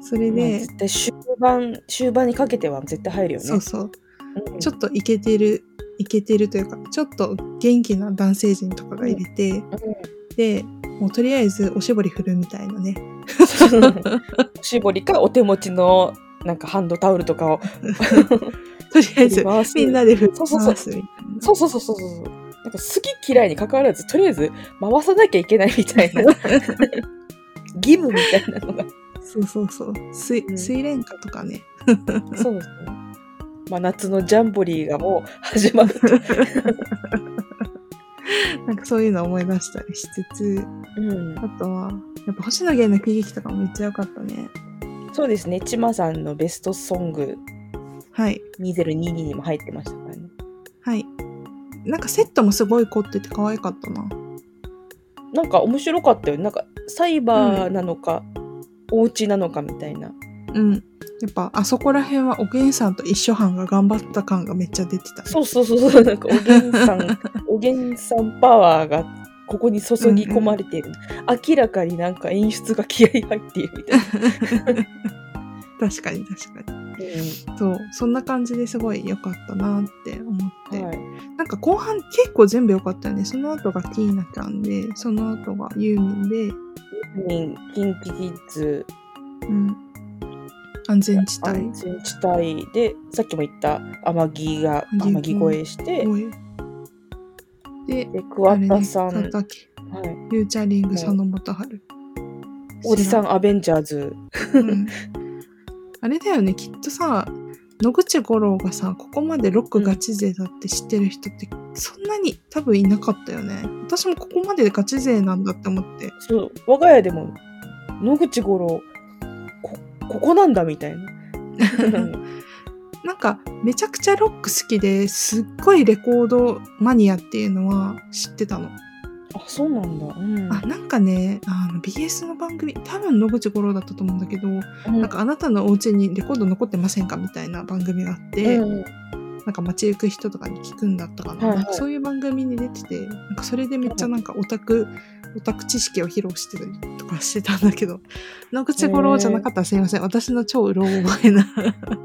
Speaker 1: それ
Speaker 2: まあ
Speaker 1: で、
Speaker 2: 絶対終盤終盤にかけては絶対入るよね。
Speaker 1: そうそう
Speaker 2: うん
Speaker 1: ちょっとイケてるイケてるというかちょっと元気な男性陣とかが入れて、でもうとりあえずおしぼり振るみたいなね
Speaker 2: うん、 絞りかお手持ちのなんかハンドタオルとかを
Speaker 1: とりあえず
Speaker 2: 回す
Speaker 1: みんなで振り回すみたいな
Speaker 2: そうそうそうそうそうそう。なんか好き嫌いに関わらず、とりあえず回さなきゃいけないみたいな。義務みたいなの が。
Speaker 1: そうそうそう水
Speaker 2: うん
Speaker 1: 水蓮花とかね
Speaker 2: そうですね。まあ、夏のジャンボリーがもう始まると。
Speaker 1: なんかそういうの思い出したりしつつ
Speaker 2: うん。
Speaker 1: あとはやっぱ星野源の喜劇とかもめっちゃ良かったね
Speaker 2: そうですね。ちまさんのベストソング
Speaker 1: はい
Speaker 2: 2022にも入ってましたからね。
Speaker 1: はいなんかセットもすごい凝ってて可愛かったな
Speaker 2: なんか面白かったよね。なんかサイバーなのか、お家なのかみたいな。
Speaker 1: うんやっぱあそこら辺はおげんさんと一緒班が頑張った感がめっちゃ出てた
Speaker 2: そうそうそうそう。なんかおげんさ ん、おげんさんパワーがここに注ぎ込まれている。明らかになんか演出が気合い入っているみたいな。
Speaker 1: 確かに確かにそうそんな感じですごい良かったなって思って、
Speaker 2: はい。
Speaker 1: なんか後半結構全部良かったよねその後がキーナちゃんでその後がユーミンで、
Speaker 2: キンキキッズ
Speaker 1: うん、安全地帯
Speaker 2: 安全地帯でさっきも言った天城が
Speaker 1: 天城
Speaker 2: 天城越えして
Speaker 1: おいで
Speaker 2: で桑田さ
Speaker 1: あれね
Speaker 2: ん、
Speaker 1: 佐々木
Speaker 2: はい、
Speaker 1: ゆうチャリング佐野元春
Speaker 2: おじさ
Speaker 1: 知
Speaker 2: んアベンジャーズ
Speaker 1: らん、うんあれだよねきっとさ野口五郎がさここまでロックガチ勢だって知ってる人ってそんなに多分いなかったよね私もここまでガチ勢なんだって思って
Speaker 2: そう我が家でも野口五郎こここなんだみ たいな
Speaker 1: なんかめちゃくちゃロック好きですっごいレコードマニアっていうのは知ってたの。
Speaker 2: あそうなんだ、うん、
Speaker 1: あなんかねあの BS の番組多分野口五郎だったと思うんだけど、
Speaker 2: うん
Speaker 1: なんかあなたのお家にレコード残ってませんかみたいな番組があって、
Speaker 2: うん
Speaker 1: なんか街行く人とかに聞くんだったかな,、
Speaker 2: はいはい
Speaker 1: なんかそういう番組に出ててなんかそれでめっちゃなんかオタク、オタク知識を披露してたりとかしてたんだけ ど野口五郎じゃなかったらすいません私の超うろ覚えな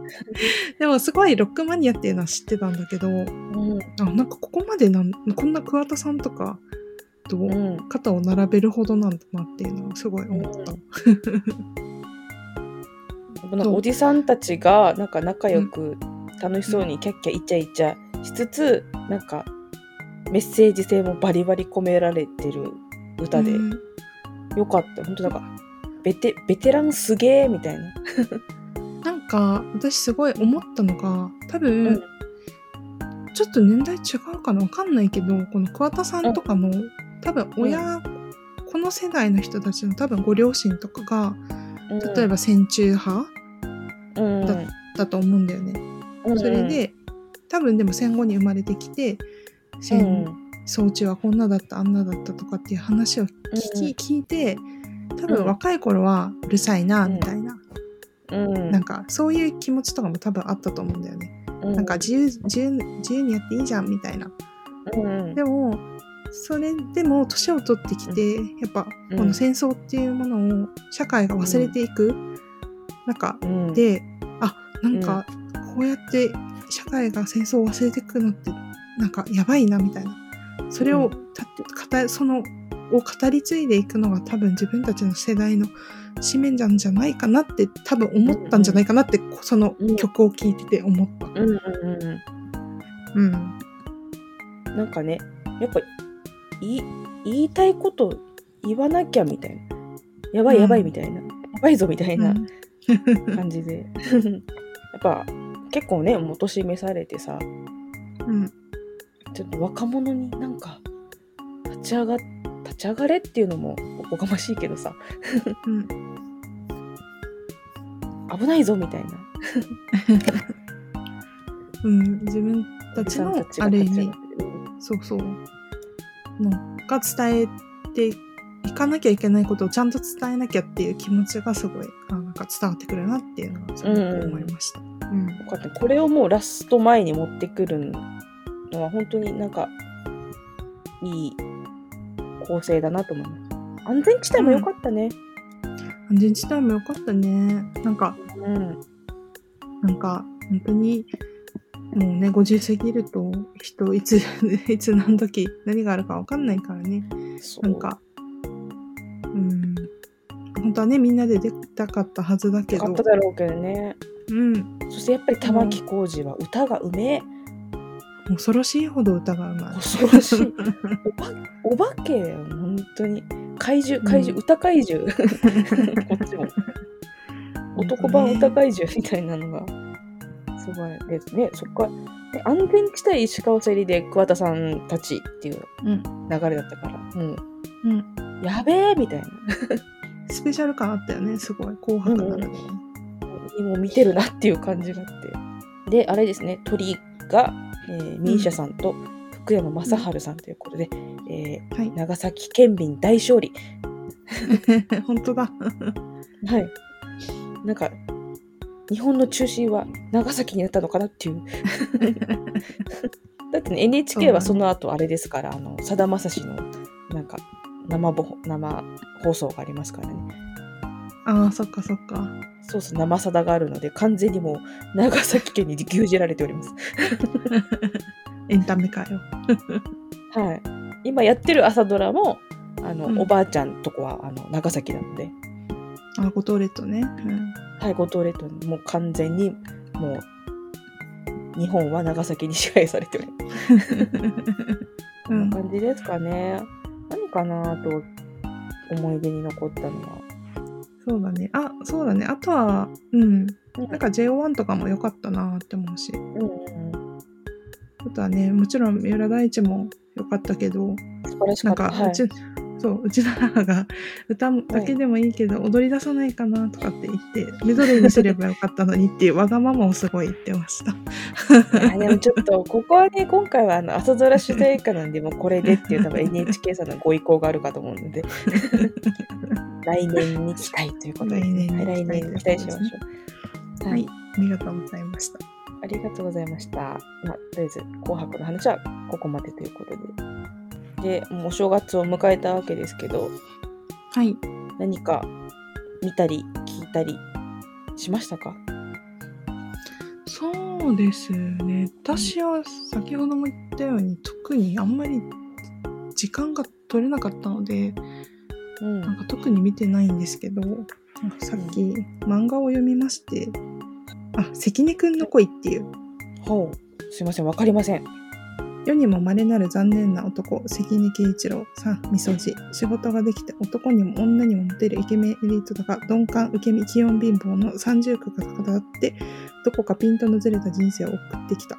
Speaker 1: でもすごいロックマニアっていうのは知ってたんだけど
Speaker 2: うん
Speaker 1: あなんかここまでなんこんな桑田さんとかと
Speaker 2: うん
Speaker 1: 肩を並べるほどなんだなっていうのはすごい思った、
Speaker 2: なんかおじさんたちがなんか仲良く楽しそうにキャッキャイチャイチャしつつ、なんかメッセージ性もバリバリ込められてる歌で、
Speaker 1: うん
Speaker 2: よかった本当なんかベテベテランすげえみたいな、
Speaker 1: なんか私すごい思ったのが多
Speaker 2: う
Speaker 1: 分、
Speaker 2: ん
Speaker 1: ちょっと年代違うかなわかんないけどこの桑田さんとかも多分親、この世代の人たちの多分ご両親とかが例えば戦中派
Speaker 2: うん、
Speaker 1: だだと思うんだよね。
Speaker 2: うん
Speaker 1: それ、で多分でも戦後に生まれてきて
Speaker 2: うん
Speaker 1: 戦装置はこんなだったあんなだったとかっていう話を聞
Speaker 2: うん
Speaker 1: き、聞いて多
Speaker 2: う
Speaker 1: 分
Speaker 2: ん
Speaker 1: 若い頃はうるさいな
Speaker 2: うん
Speaker 1: みたいな、
Speaker 2: うん
Speaker 1: なんかそういう気持ちとかも多分あったと思うんだよね。
Speaker 2: う
Speaker 1: なんか自由自由自由にやっていいじゃんみたいな。
Speaker 2: うん
Speaker 1: でもそれでも年を取ってきて、やっぱ
Speaker 2: うん
Speaker 1: この戦争っていうものを社会が忘れていく中
Speaker 2: うん、
Speaker 1: で、あなんかこうやって社会が戦争を忘れていくのってなんかやばいなみたいなそれをた語そのを語り継いでいくのが多分自分たちの世代の使命なんじゃないかなって多分思ったんじゃないかなって、その曲を聴いてて思った。
Speaker 2: うんうんうん
Speaker 1: うん、
Speaker 2: なんかね、やっぱい言いたいこと言わなきゃみたいな。やばいやばいみたいな。やばいぞみたい
Speaker 1: う
Speaker 2: な
Speaker 1: ん
Speaker 2: 感じで。やっぱ結構ね、もう年召されてさ、
Speaker 1: うん
Speaker 2: ちょっと若者になんか立ち上が立ち上がれっていうのもおこがましいけどさ、
Speaker 1: うん
Speaker 2: 危ないぞみたいな
Speaker 1: うん、自分たち
Speaker 2: おじさん
Speaker 1: の
Speaker 2: たちが
Speaker 1: ある意
Speaker 2: 立ち上
Speaker 1: 味
Speaker 2: がってる
Speaker 1: そうそうのが伝えていかなきゃいけないことをちゃんと伝えなきゃっていう気持ちがすごいあなんか伝わってくるなっていうのはすごく思いました。うん
Speaker 2: よかったこれをもうラスト前に持ってくるのは本当になんかいい構成だなと思います安全地帯も良かったね
Speaker 1: 安全地帯も良かったね。なんか
Speaker 2: うん、
Speaker 1: なんか本当にもうね50過ぎると人いつ いつ何時何があるか分かんないからね。
Speaker 2: そ
Speaker 1: な
Speaker 2: う
Speaker 1: んかうん本当はねみんなで出たかったはずだけ
Speaker 2: よか
Speaker 1: ど
Speaker 2: った。だろうけどね
Speaker 1: うん
Speaker 2: そしてやっぱり玉置浩二は歌がうめえ
Speaker 1: 恐ろしいほど歌がうまい。
Speaker 2: 恐 ろしいおばお化けだよ本当に怪獣怪獣、
Speaker 1: うん
Speaker 2: 歌怪 獣こっちも男版歌怪獣みたいなのがすごいですねそっかね安全地帯石川せりで桑田さんたちっていう
Speaker 1: うん
Speaker 2: 流れだったからもう、
Speaker 1: うん
Speaker 2: やべえみたいな
Speaker 1: スペシャル感あったよね、すごい。紅白なので、ね
Speaker 2: もう見てるなっていう感じがあってであれですね鳥が、えー、ミーシャさんと福山雅治さんということで、えー
Speaker 1: はい
Speaker 2: 長崎県民大勝利
Speaker 1: 本当だ。
Speaker 2: はいなんか日本の中心は長崎になったのかな っていうだってね NHK はその後あれですからあのさだまさしのなんか生ぼ生放送がありますからね
Speaker 1: ああ、そっかそっか。
Speaker 2: そうそう生さだがあるので完全にもう長崎県に牛耳られております
Speaker 1: エンタメかよ。
Speaker 2: はい、今やってる朝ドラもあの、
Speaker 1: うん
Speaker 2: おばあちゃんとこはあの長崎なので、
Speaker 1: あ五島列島ね。うん
Speaker 2: はい、五島列島にもう完全にもう日本は長崎に支配されてる、
Speaker 1: う
Speaker 2: こん
Speaker 1: ん
Speaker 2: な、感じですかね何かなと思い出に残ったのは
Speaker 1: そうだね。あ、そうだね。あとは、うん。
Speaker 2: うん
Speaker 1: なんか JO1 とかも良かったなーって思うし。
Speaker 2: うんうん
Speaker 1: あとはね、もちろん三浦大知も良かったけど、
Speaker 2: 素晴らし
Speaker 1: なん
Speaker 2: かった
Speaker 1: か、
Speaker 2: は
Speaker 1: う
Speaker 2: い
Speaker 1: ち、そう、うちの母が歌だけでもいいけど、踊り出さないかなとかって言って、メドレーにすればよかったのにっていうわがままをすごい言ってました。
Speaker 2: あでもちょっとここはね今回はあの朝ドラ主題歌なんでもうこれでっていう多分 NHK さんのご意向があるかと思う ので 来年に期待ということで、
Speaker 1: 来年に期待
Speaker 2: はい来年に期待しましょう。
Speaker 1: はい、ありがとうございました。
Speaker 2: ありがとうございました。まあ、とりあえず、紅白の話はここまでということで。で、もうお正月を迎えたわけですけど、
Speaker 1: はい。
Speaker 2: 何か見たり聞いたりしましたか
Speaker 1: そうですね。私は先ほども言ったように、特にあんまり時間が取れなかったので、
Speaker 2: うん。
Speaker 1: なんか特に見てないんですけど、なんかさっき漫画を読みまして、あ、関根くんの恋っていう、
Speaker 2: ほう。すいません、わかりません。
Speaker 1: 世にも稀なる残念な男、関根圭一郎さん、みそじ。仕事ができて男にも女にもモテるイケメンエリートだが、鈍感、受け身、気温貧乏の三重苦が語って、どこかピントのずれた人生を送ってきた。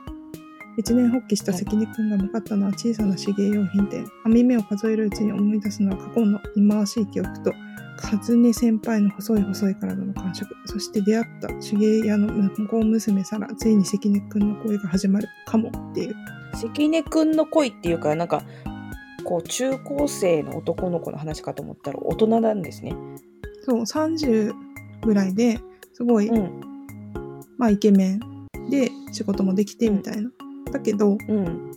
Speaker 1: 一年発起した関根くんが向かったのは小さな手芸用品店。網目を数えるうちに思い出すのは過去の忌まわしい記憶と、数音先輩の細い細い体の感触、そして出会った手芸屋の向こう娘さら、ついに関根くんの恋が始まるかもっていう。
Speaker 2: 関根くんの恋っていうか、なんか、こう、中高生の男の子の話かと思ったら、大人なんですね。
Speaker 1: そう30ぐらいですごい、
Speaker 2: うん。
Speaker 1: まあ、イケメンで仕事もできてみたいな、だけど
Speaker 2: うん。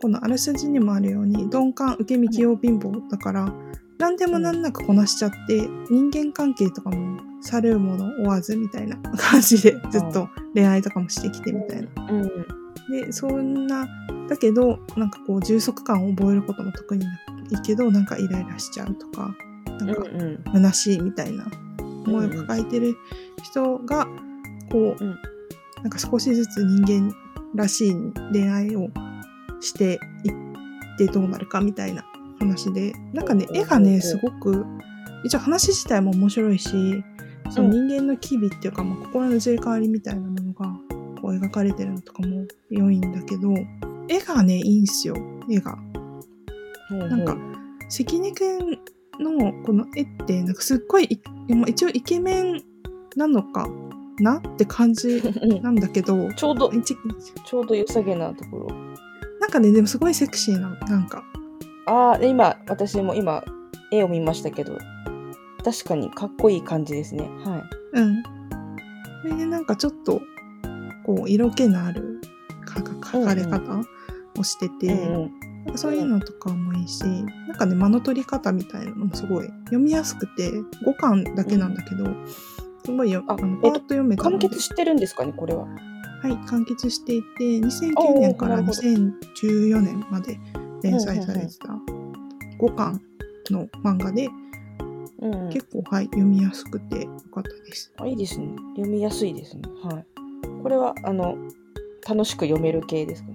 Speaker 1: このあらすじにもあるように鈍感受け身器用貧乏だから、何でも難なくこなしちゃって人間関係とかも去るもの追わずみたいな 感じでずっと恋愛とかもしてきてみたいな。
Speaker 2: うん。
Speaker 1: でそんなだけどなんかこう充足感を覚えることも特にないけどなんかイライラしちゃうとかな
Speaker 2: うん
Speaker 1: か
Speaker 2: ん。うん。
Speaker 1: 虚しいみたいな思いを抱えてる人がこう、
Speaker 2: うん
Speaker 1: なんか少しずつ人間らしい恋愛をしていってどうなるかみたいな話でなんかね
Speaker 2: うん
Speaker 1: 絵が
Speaker 2: う
Speaker 1: ね
Speaker 2: ん
Speaker 1: すごく一応話自体も面白いしその人間の機微っていうか、まあ、心の移り変わりみたいなものがこう描かれてるのとかも良いんだけど絵がねいいんすよ絵が。なんか、関根くんのこの絵って、なんかすっごいい、まあ一応イケメンなのか、なって感 じ
Speaker 2: うん
Speaker 1: なんだけど、
Speaker 2: ちょうど、
Speaker 1: 一
Speaker 2: ちょうど良さげなところ。
Speaker 1: なんかね、でもすごいセクシーな、なんか。
Speaker 2: ああ、で今、私も今、絵を見ましたけど、確かにかっこいい感じですね。は
Speaker 1: うん。それでなんかちょっと、こう、色気のあるかか書かれ方をして
Speaker 2: い。
Speaker 1: て、
Speaker 2: うんうん
Speaker 1: なんかそういうのとかもいいし、なんかね、間の取り方みたいなのもすごい読みやすくて、5巻だけなんだけど、すごいよ、
Speaker 2: あ
Speaker 1: あの、
Speaker 2: え
Speaker 1: パー
Speaker 2: っと
Speaker 1: ッと読めた
Speaker 2: 完
Speaker 1: ので、
Speaker 2: 結してるんですかね、これは。
Speaker 1: はい、完結していて、
Speaker 2: お
Speaker 1: 2009
Speaker 2: ー
Speaker 1: 年から
Speaker 2: なるほど
Speaker 1: 2014年まで連載されてた5巻の漫画で、
Speaker 2: うんうん、
Speaker 1: 結構、はい、読みやすくてよかったです。
Speaker 2: あいいですね。読みやすいですね。はい。これは、あの、楽しく読める系ですかね。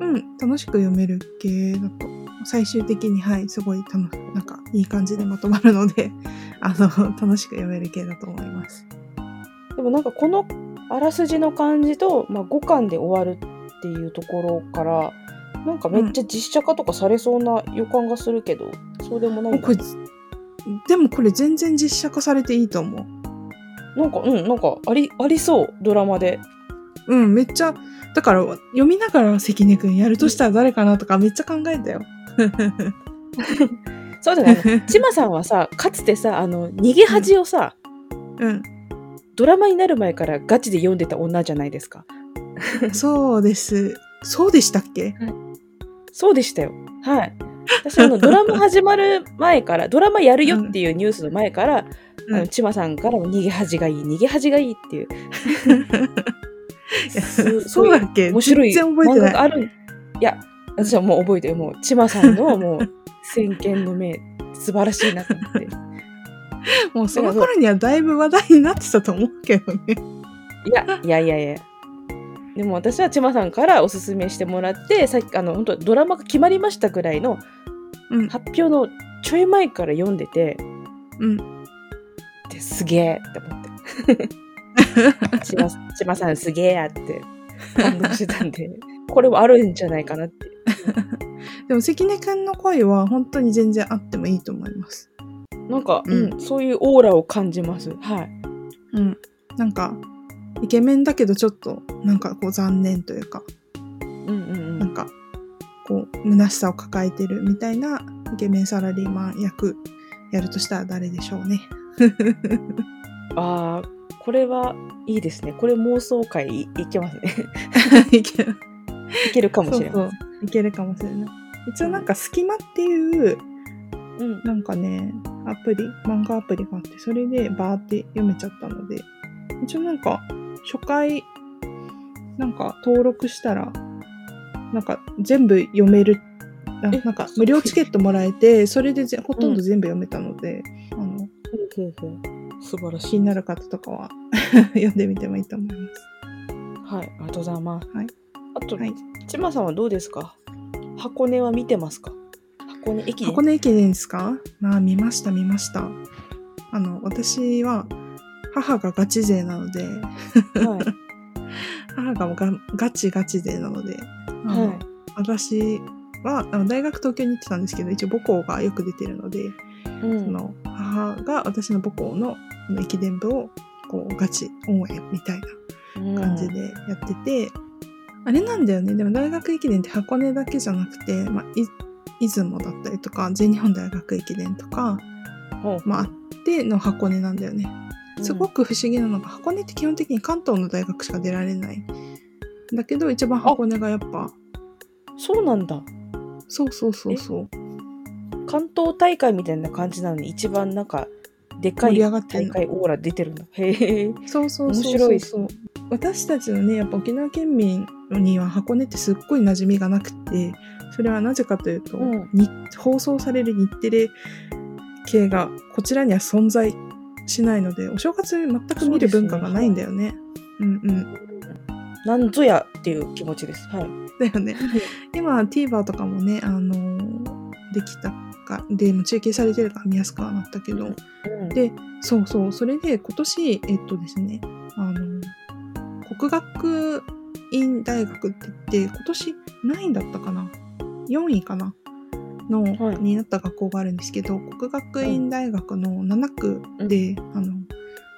Speaker 1: うん、楽しく読める系だと、最終的に、はい、すごい楽、なんか、いい感じでまとまるので、 あの、楽しく読める系だと思います。
Speaker 2: でもなんかこのあらすじの感じと、まあ、5巻で終わるっていうところからなんかめっちゃ実写化とかされそうな予感がするけど、そうでもないんだ
Speaker 1: これでもこれ全然実写化されていいと思う。
Speaker 2: なんかうんなんかありありそうドラマで
Speaker 1: うん、めっちゃ、だから読みながら関根くんやるとしたら誰かなとかめっちゃ考えたよ。
Speaker 2: そうじゃないのちまさんはさかつてさあの逃げ恥をさ、
Speaker 1: うん、
Speaker 2: ドラマになる前からガチで読んでた女じゃないですか
Speaker 1: そうです。そうでしたっけ
Speaker 2: そうでしたよはい 私あのドラマ始まる前からドラマやるよっていうニュースの前から、
Speaker 1: うん
Speaker 2: あのちまさんからも逃げ恥がいい逃げ恥がいいっていうす
Speaker 1: そうだっけ
Speaker 2: 面白い
Speaker 1: 全然覚えて
Speaker 2: 漫画
Speaker 1: な
Speaker 2: が
Speaker 1: い。
Speaker 2: あるんいや私はもう覚えてるもう千葉さん のもう先見の目素晴らしいなと思って
Speaker 1: もうその頃にはだいぶ話題になってたと思うけどね。
Speaker 2: いやいやいやいやでも私は千葉さんからおすすめしてもらってさっきあの本当ドラマが決まりましたぐらいの
Speaker 1: うん、
Speaker 2: 発表のちょい前から読んでて
Speaker 1: うん。
Speaker 2: ですげえって思って 千葉千葉さんすげえやって感動してたんでこれはあるんじゃないかなって
Speaker 1: でも関根くんの声は本当に全然あってもいいと思います。
Speaker 2: なんか、
Speaker 1: うん
Speaker 2: うん、そういうオーラを感じますはい
Speaker 1: うん。なんか、イケメンだけどちょっと、なんかこう残念というか、
Speaker 2: うんうんう
Speaker 1: なん
Speaker 2: ん
Speaker 1: か、こう、虚しさを抱えてるみたいなイケメンサラリーマン役やるとしたら誰でしょ うね。
Speaker 2: ああ、これはいいですね。これ妄想会いいけますね。
Speaker 1: いける
Speaker 2: いけるかもしれ
Speaker 1: そ
Speaker 2: な
Speaker 1: う
Speaker 2: い。
Speaker 1: そういけるかもしれない。一応なんか、隙間っていう、
Speaker 2: うん。
Speaker 1: なんかね、アプリ、漫画アプリがあって、それでバーって読めちゃったので、一応なんか、初回、なんか登録したら、なんか全部読める、あ
Speaker 2: え
Speaker 1: なんか無料チケットもらえて、それでぜほとんど全部読めたので、あの、
Speaker 2: ほうほうほう。素晴らし
Speaker 1: 気
Speaker 2: い。
Speaker 1: になる方とかは 読んでみてもいいと思います。
Speaker 2: はい、ありがとうございます。
Speaker 1: はい。
Speaker 2: あと、
Speaker 1: はい
Speaker 2: ちまさんはどうですか箱根は見てますか箱根駅伝。
Speaker 1: 箱根駅伝ですかまあ見ました見ました。あの、私は母がガチ勢なので、
Speaker 2: はい。
Speaker 1: 母がもうがガチガチ勢なので、あの
Speaker 2: はい。
Speaker 1: 私はあの大学東京に行ってたんですけど、一応母校がよく出てるので、
Speaker 2: う
Speaker 1: そ
Speaker 2: ん。
Speaker 1: の母が私の母校のあの駅伝部をこうガチ応援みたいな
Speaker 2: うん
Speaker 1: 感じ。でやってて、あれなんだよねでも大学駅伝って箱根だけじゃなくて、まあ、い出雲だったりとか全日本大学駅伝とか、
Speaker 2: ほう
Speaker 1: まあ、あっての箱根なんだよねすごく不思議なのが箱根って基本的に関東の大学しか出られないだけど一番箱根がやっぱ
Speaker 2: うんそうなんだ。
Speaker 1: そうそうそうそう
Speaker 2: 関東大会みたいな感じなのに、一番なんか、でか
Speaker 1: 盛
Speaker 2: い
Speaker 1: り上がってる
Speaker 2: 大
Speaker 1: の
Speaker 2: 会オーラ出てるんだ。へえ。
Speaker 1: そうそうそうそう
Speaker 2: 面白いです
Speaker 1: そう私たちのねやっぱ沖縄県民には箱根ってすっごい馴染みがなくてそれはなぜかというと、
Speaker 2: うん
Speaker 1: に放送される日テレ系がこちらには存在しないのでお正月全く見る文化がないんだよねうんうん
Speaker 2: なんぞやっていう気持ちです。はい。
Speaker 1: だよね今 TVer とかもねあのーできたかでも中継されてるから見やすくはなったけど、
Speaker 2: うん
Speaker 1: でそうそう、それで今年、えっとですね、あの、国学院大学って言って、今年何位だったかな ?4 位かなの、
Speaker 2: はい
Speaker 1: になった学校があるんですけど、国学院大学の7区で、あの、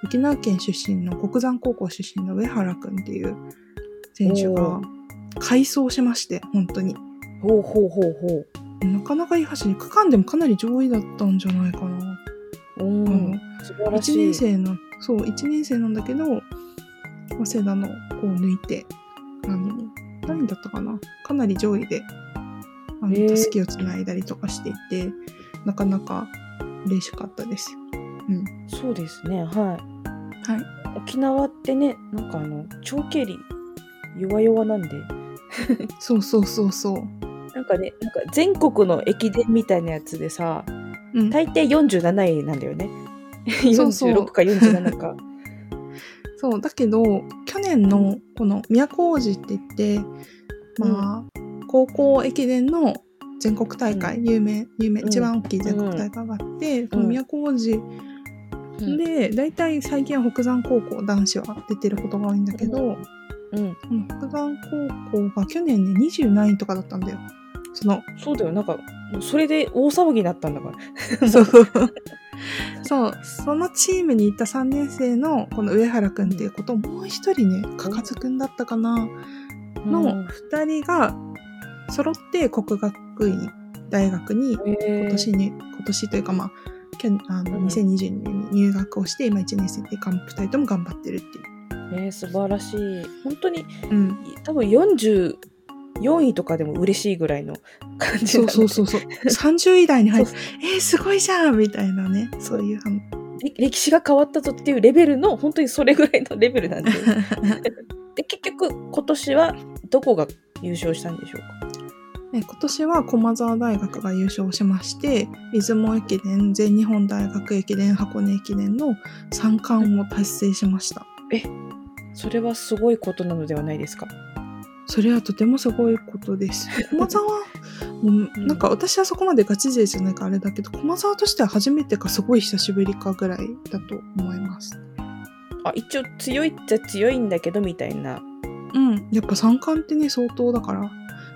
Speaker 1: 沖縄県出身の国山高校出身の上原くんっていう選手
Speaker 2: お
Speaker 1: が
Speaker 2: ー
Speaker 1: 改装しまして本当に
Speaker 2: ほうほうほうほう。
Speaker 1: なかなかいい走り区間でもかなり上位だったんじゃないかな
Speaker 2: うん
Speaker 1: うん
Speaker 2: 素晴らし
Speaker 1: 1
Speaker 2: い。
Speaker 1: 年生のそう1年生なんだけど早稲田の子を抜いてあの何位だったかなかなり上位であ
Speaker 2: へえ
Speaker 1: のたすきをつないだりとかしていてなかなか嬉しかったです。
Speaker 2: そうですね、は
Speaker 1: はい
Speaker 2: い。沖縄ってね、なんかあの、長距離、弱々なんで、
Speaker 1: そうそうそうそう。
Speaker 2: なんかね、なんか全国の駅伝みたいなやつでさ、
Speaker 1: うん、
Speaker 2: 大抵47位なんだよ ね。
Speaker 1: そうそう
Speaker 2: 46か47か。
Speaker 1: そうだけど去年のこの都大路って言って、まあ高校駅伝の全国大会、
Speaker 2: う
Speaker 1: 有名有名
Speaker 2: うん
Speaker 1: 一番大きい全国大会があって、この都大路
Speaker 2: で、
Speaker 1: で大体最近は北山高校男子は出てることが多いんだけど、
Speaker 2: うんうん、
Speaker 1: この北山高校が去年ね27位とかだったんだよその
Speaker 2: そうだよ、なんか、もうそれで大騒ぎになったんだから。
Speaker 1: そうそうそのチームに行った3年生のこの上原くんっていう子ともう一人ねかかずくんだったかなの2人が揃って国学院大学に今
Speaker 2: 今
Speaker 1: 年に今年というかまあ去あの
Speaker 2: うん
Speaker 1: 2022年に入学をして今1年生でがん2人とも頑張ってるっていう。
Speaker 2: ね、素晴らしい。本当に、
Speaker 1: うん
Speaker 2: 多分44位とかでも嬉しいぐらいの感じ
Speaker 1: そうそう
Speaker 2: う
Speaker 1: そうそう。30位台に入って
Speaker 2: そ、
Speaker 1: えー、すごいじゃんみたいなね、そういう反応。
Speaker 2: 歴歴史が変わったぞっていうレベルの本当にそれぐらいのレベル なんでで結局今年はどこが優勝したんでしょうか
Speaker 1: ね今年は駒澤大学が優勝しまして、出雲駅伝、全日本大学駅伝、箱根駅伝の3冠を達成しました。
Speaker 2: それはすごいことなのではないですか
Speaker 1: それはとてもすごいことです。駒澤は、もうなんか私はそこまでガチ勢じゃないからあれだけど、駒澤としては初めてかすごい久しぶりかぐらいだと思います。
Speaker 2: あ一応強いっちゃ強いんだけどみたいな
Speaker 1: うん、やっぱ三冠ってね相当だから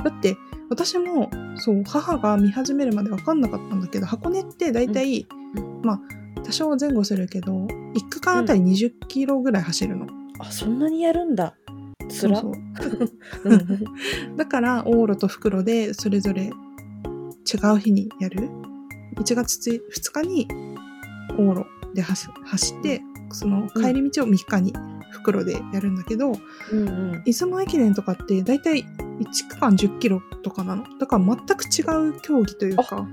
Speaker 1: だって私もそう母が見始めるまで分かんなかったんだけど箱根って大体、
Speaker 2: う
Speaker 1: まあ多少前後するけど1区間あたり2 0キロぐらい走るの、
Speaker 2: あそんなにやるんだつら
Speaker 1: そう
Speaker 2: う
Speaker 1: そうんだから往路と袋でそれぞれ違う日にやる1月2日に往路で走走ってその帰り道を3日に袋でやるんだけど、
Speaker 2: うんうん
Speaker 1: 出雲駅伝とかって大体1区間10キロとかなのだから全く違う競技というか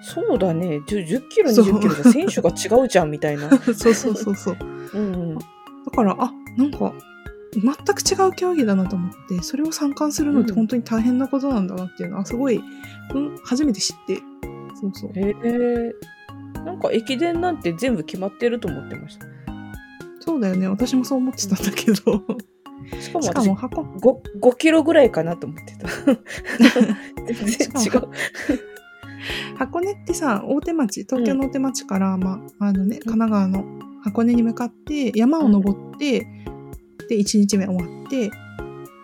Speaker 2: そうだね1 0キロ2
Speaker 1: そう
Speaker 2: 0キロじゃ選手が違うじゃんみたいな
Speaker 1: そうそうそうそう
Speaker 2: うん、うん、
Speaker 1: だからあなんか全く違う競技だなと思ってそれを参観するのって
Speaker 2: うん
Speaker 1: 本当に大変なことなんだなっていうのはすごい、うん、初めて知ってそうそう
Speaker 2: へえなんか駅伝なんて全部決まってると思ってました
Speaker 1: そうだよね私もそう思ってたんだけど
Speaker 2: しかも
Speaker 1: しか
Speaker 2: 私
Speaker 1: も箱
Speaker 2: 5, 5キロぐらいかなと思ってた。 全然違
Speaker 1: しか
Speaker 2: う。
Speaker 1: 箱根ってさ大手町東京の大手町から、まああのね、神奈川の箱根に向かって山を登って、で1日目終わって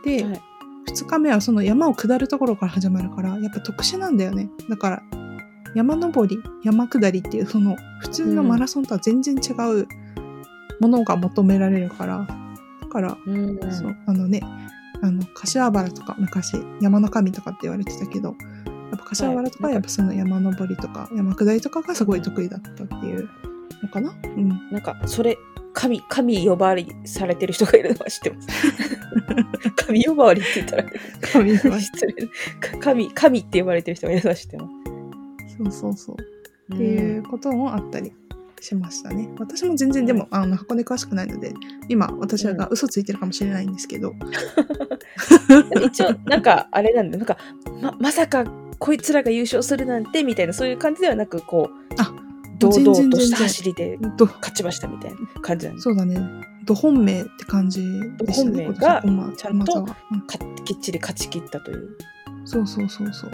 Speaker 1: で、
Speaker 2: はい
Speaker 1: 2日目はその山を下るところから始まるからやっぱ特殊なんだよねだから山登り山下りっていうその普通のマラソンとは全然違うものが求められるからだから、
Speaker 2: うんうん
Speaker 1: そうあのねあの柏原とか昔山の神とかって言われてたけどやっぱ柏原とか
Speaker 2: は
Speaker 1: はいやっぱその山登りとか山下りとかがすごい得意だったっていうのかな、うん、
Speaker 2: なんか、それ、神、神呼ばわりされてる人がいるのは知っ てます。神呼ばわりって言ったら、
Speaker 1: 神の話
Speaker 2: 失礼か神、神って呼ばれてる人がいるのは知ってます。
Speaker 1: そうそうそうっていうこともあったりしましたね。私も全然でもあの箱根詳しくないので今私が嘘ついてるかもしれないんですけど、
Speaker 2: うん一応、なんか、あれなんだよなんか、ま、まさか、こいつらが優勝するなんて、みたいな、そういう感じではなく、こう、
Speaker 1: あ
Speaker 2: 堂々
Speaker 1: 全
Speaker 2: と
Speaker 1: 然
Speaker 2: した
Speaker 1: 全然
Speaker 2: 走りで
Speaker 1: ど
Speaker 2: 勝ちましたみたいな感じなんです
Speaker 1: そうだねど本命って感じでしたね
Speaker 2: ど本命が
Speaker 1: 今年の駒
Speaker 2: ちゃんと
Speaker 1: 駒澤うん
Speaker 2: かきっちり勝ち切ったという。
Speaker 1: そうそうそうそう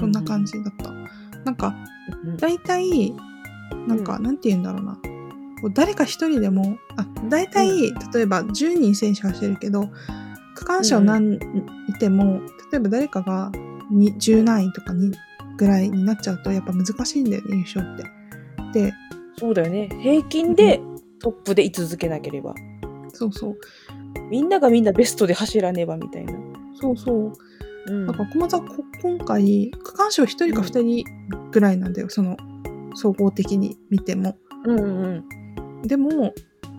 Speaker 1: こんな感じだった。なんか
Speaker 2: うん。
Speaker 1: 大体なんか、なんて言うんだろうなこう誰か一人でもあ大体、例えば10人選手走るけど区間賞何いても、例えば誰かがに10何位とかにぐらいになっちゃうとやっぱ難しいんだよね優勝って。で
Speaker 2: そうだよね。平均でトップで居続けなければ
Speaker 1: そうそう
Speaker 2: みんながみんなベストで走らねばみたいな、
Speaker 1: そうそう
Speaker 2: うん、
Speaker 1: なんか小松はこ今回区間賞1人か2人ぐらいなんだよ、その総合的に見ても
Speaker 2: うんうん
Speaker 1: でも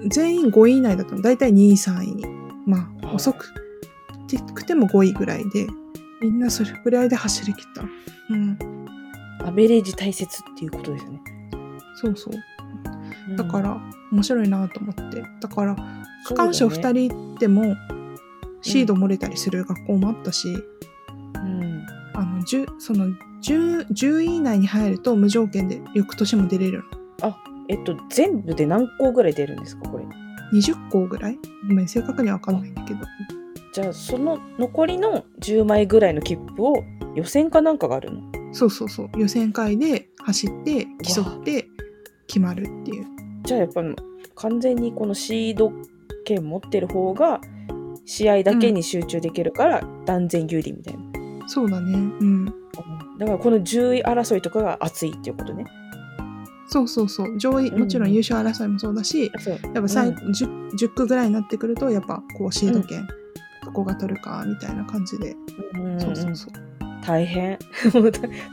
Speaker 1: 全員5位以内だったの大体2位3位にまあ
Speaker 2: はい
Speaker 1: 遅くてくても5位ぐらいでみんなそれぐらいで走り切ったうん
Speaker 2: アベレージ大切っていうことですね、
Speaker 1: そうそう
Speaker 2: うん
Speaker 1: だから面白いなと思ってだから区
Speaker 2: そうだね
Speaker 1: 間賞2人行ってもシード漏れたりする学校もあったし、
Speaker 2: うん
Speaker 1: あの10その 10, 10位以内に入ると無条件で翌年も出れる
Speaker 2: えっと全部で何校ぐらい出るんですかこれ
Speaker 1: の20校ぐらいごめん正確には分かんないんだけど
Speaker 2: じゃあその残りの10枚ぐらいの切符を予選かなんかがあるの
Speaker 1: そうそうそう予選会で走って競って決まるっていう
Speaker 2: じゃあやっぱ完全にこのシード権持ってる方が試合だけに集中できるから断然有利みたいな、
Speaker 1: そうだねうん
Speaker 2: だからこの10位争いとかが熱いっていうことね
Speaker 1: そうそうそう上位
Speaker 2: うん
Speaker 1: もちろん優勝争いもそうだし、
Speaker 2: そう
Speaker 1: やっぱ最、
Speaker 2: うん
Speaker 1: 10, 10区ぐらいになってくるとやっぱこうシード権、どこが取るかみたいな感じで、
Speaker 2: うん
Speaker 1: そうそうそう
Speaker 2: 大変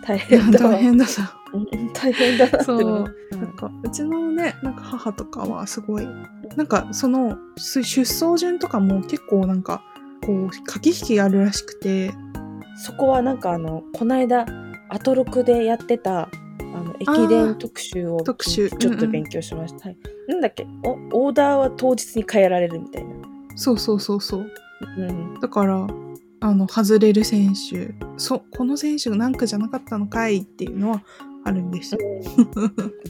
Speaker 2: 大 変だ わ
Speaker 1: 大変だ さ
Speaker 2: うん大変だなって
Speaker 1: そう
Speaker 2: 思
Speaker 1: なんかうちのねなんか母とかはすごいなんかそのす出走順とかも結構なんかこう駆け引きがあるらしくて
Speaker 2: そこはなんかあのこの間アトロクでやってたあの駅伝特集を
Speaker 1: 特集
Speaker 2: ちょっ
Speaker 1: うんう
Speaker 2: と
Speaker 1: ん
Speaker 2: 勉強しました、はい、なんだっけおオーダーは当日に変えられるみたいな、
Speaker 1: そうそうそうそう
Speaker 2: うん、
Speaker 1: だからあの外れる選手そこの選手が何区じゃなかったのかいっていうのはあるんですよ。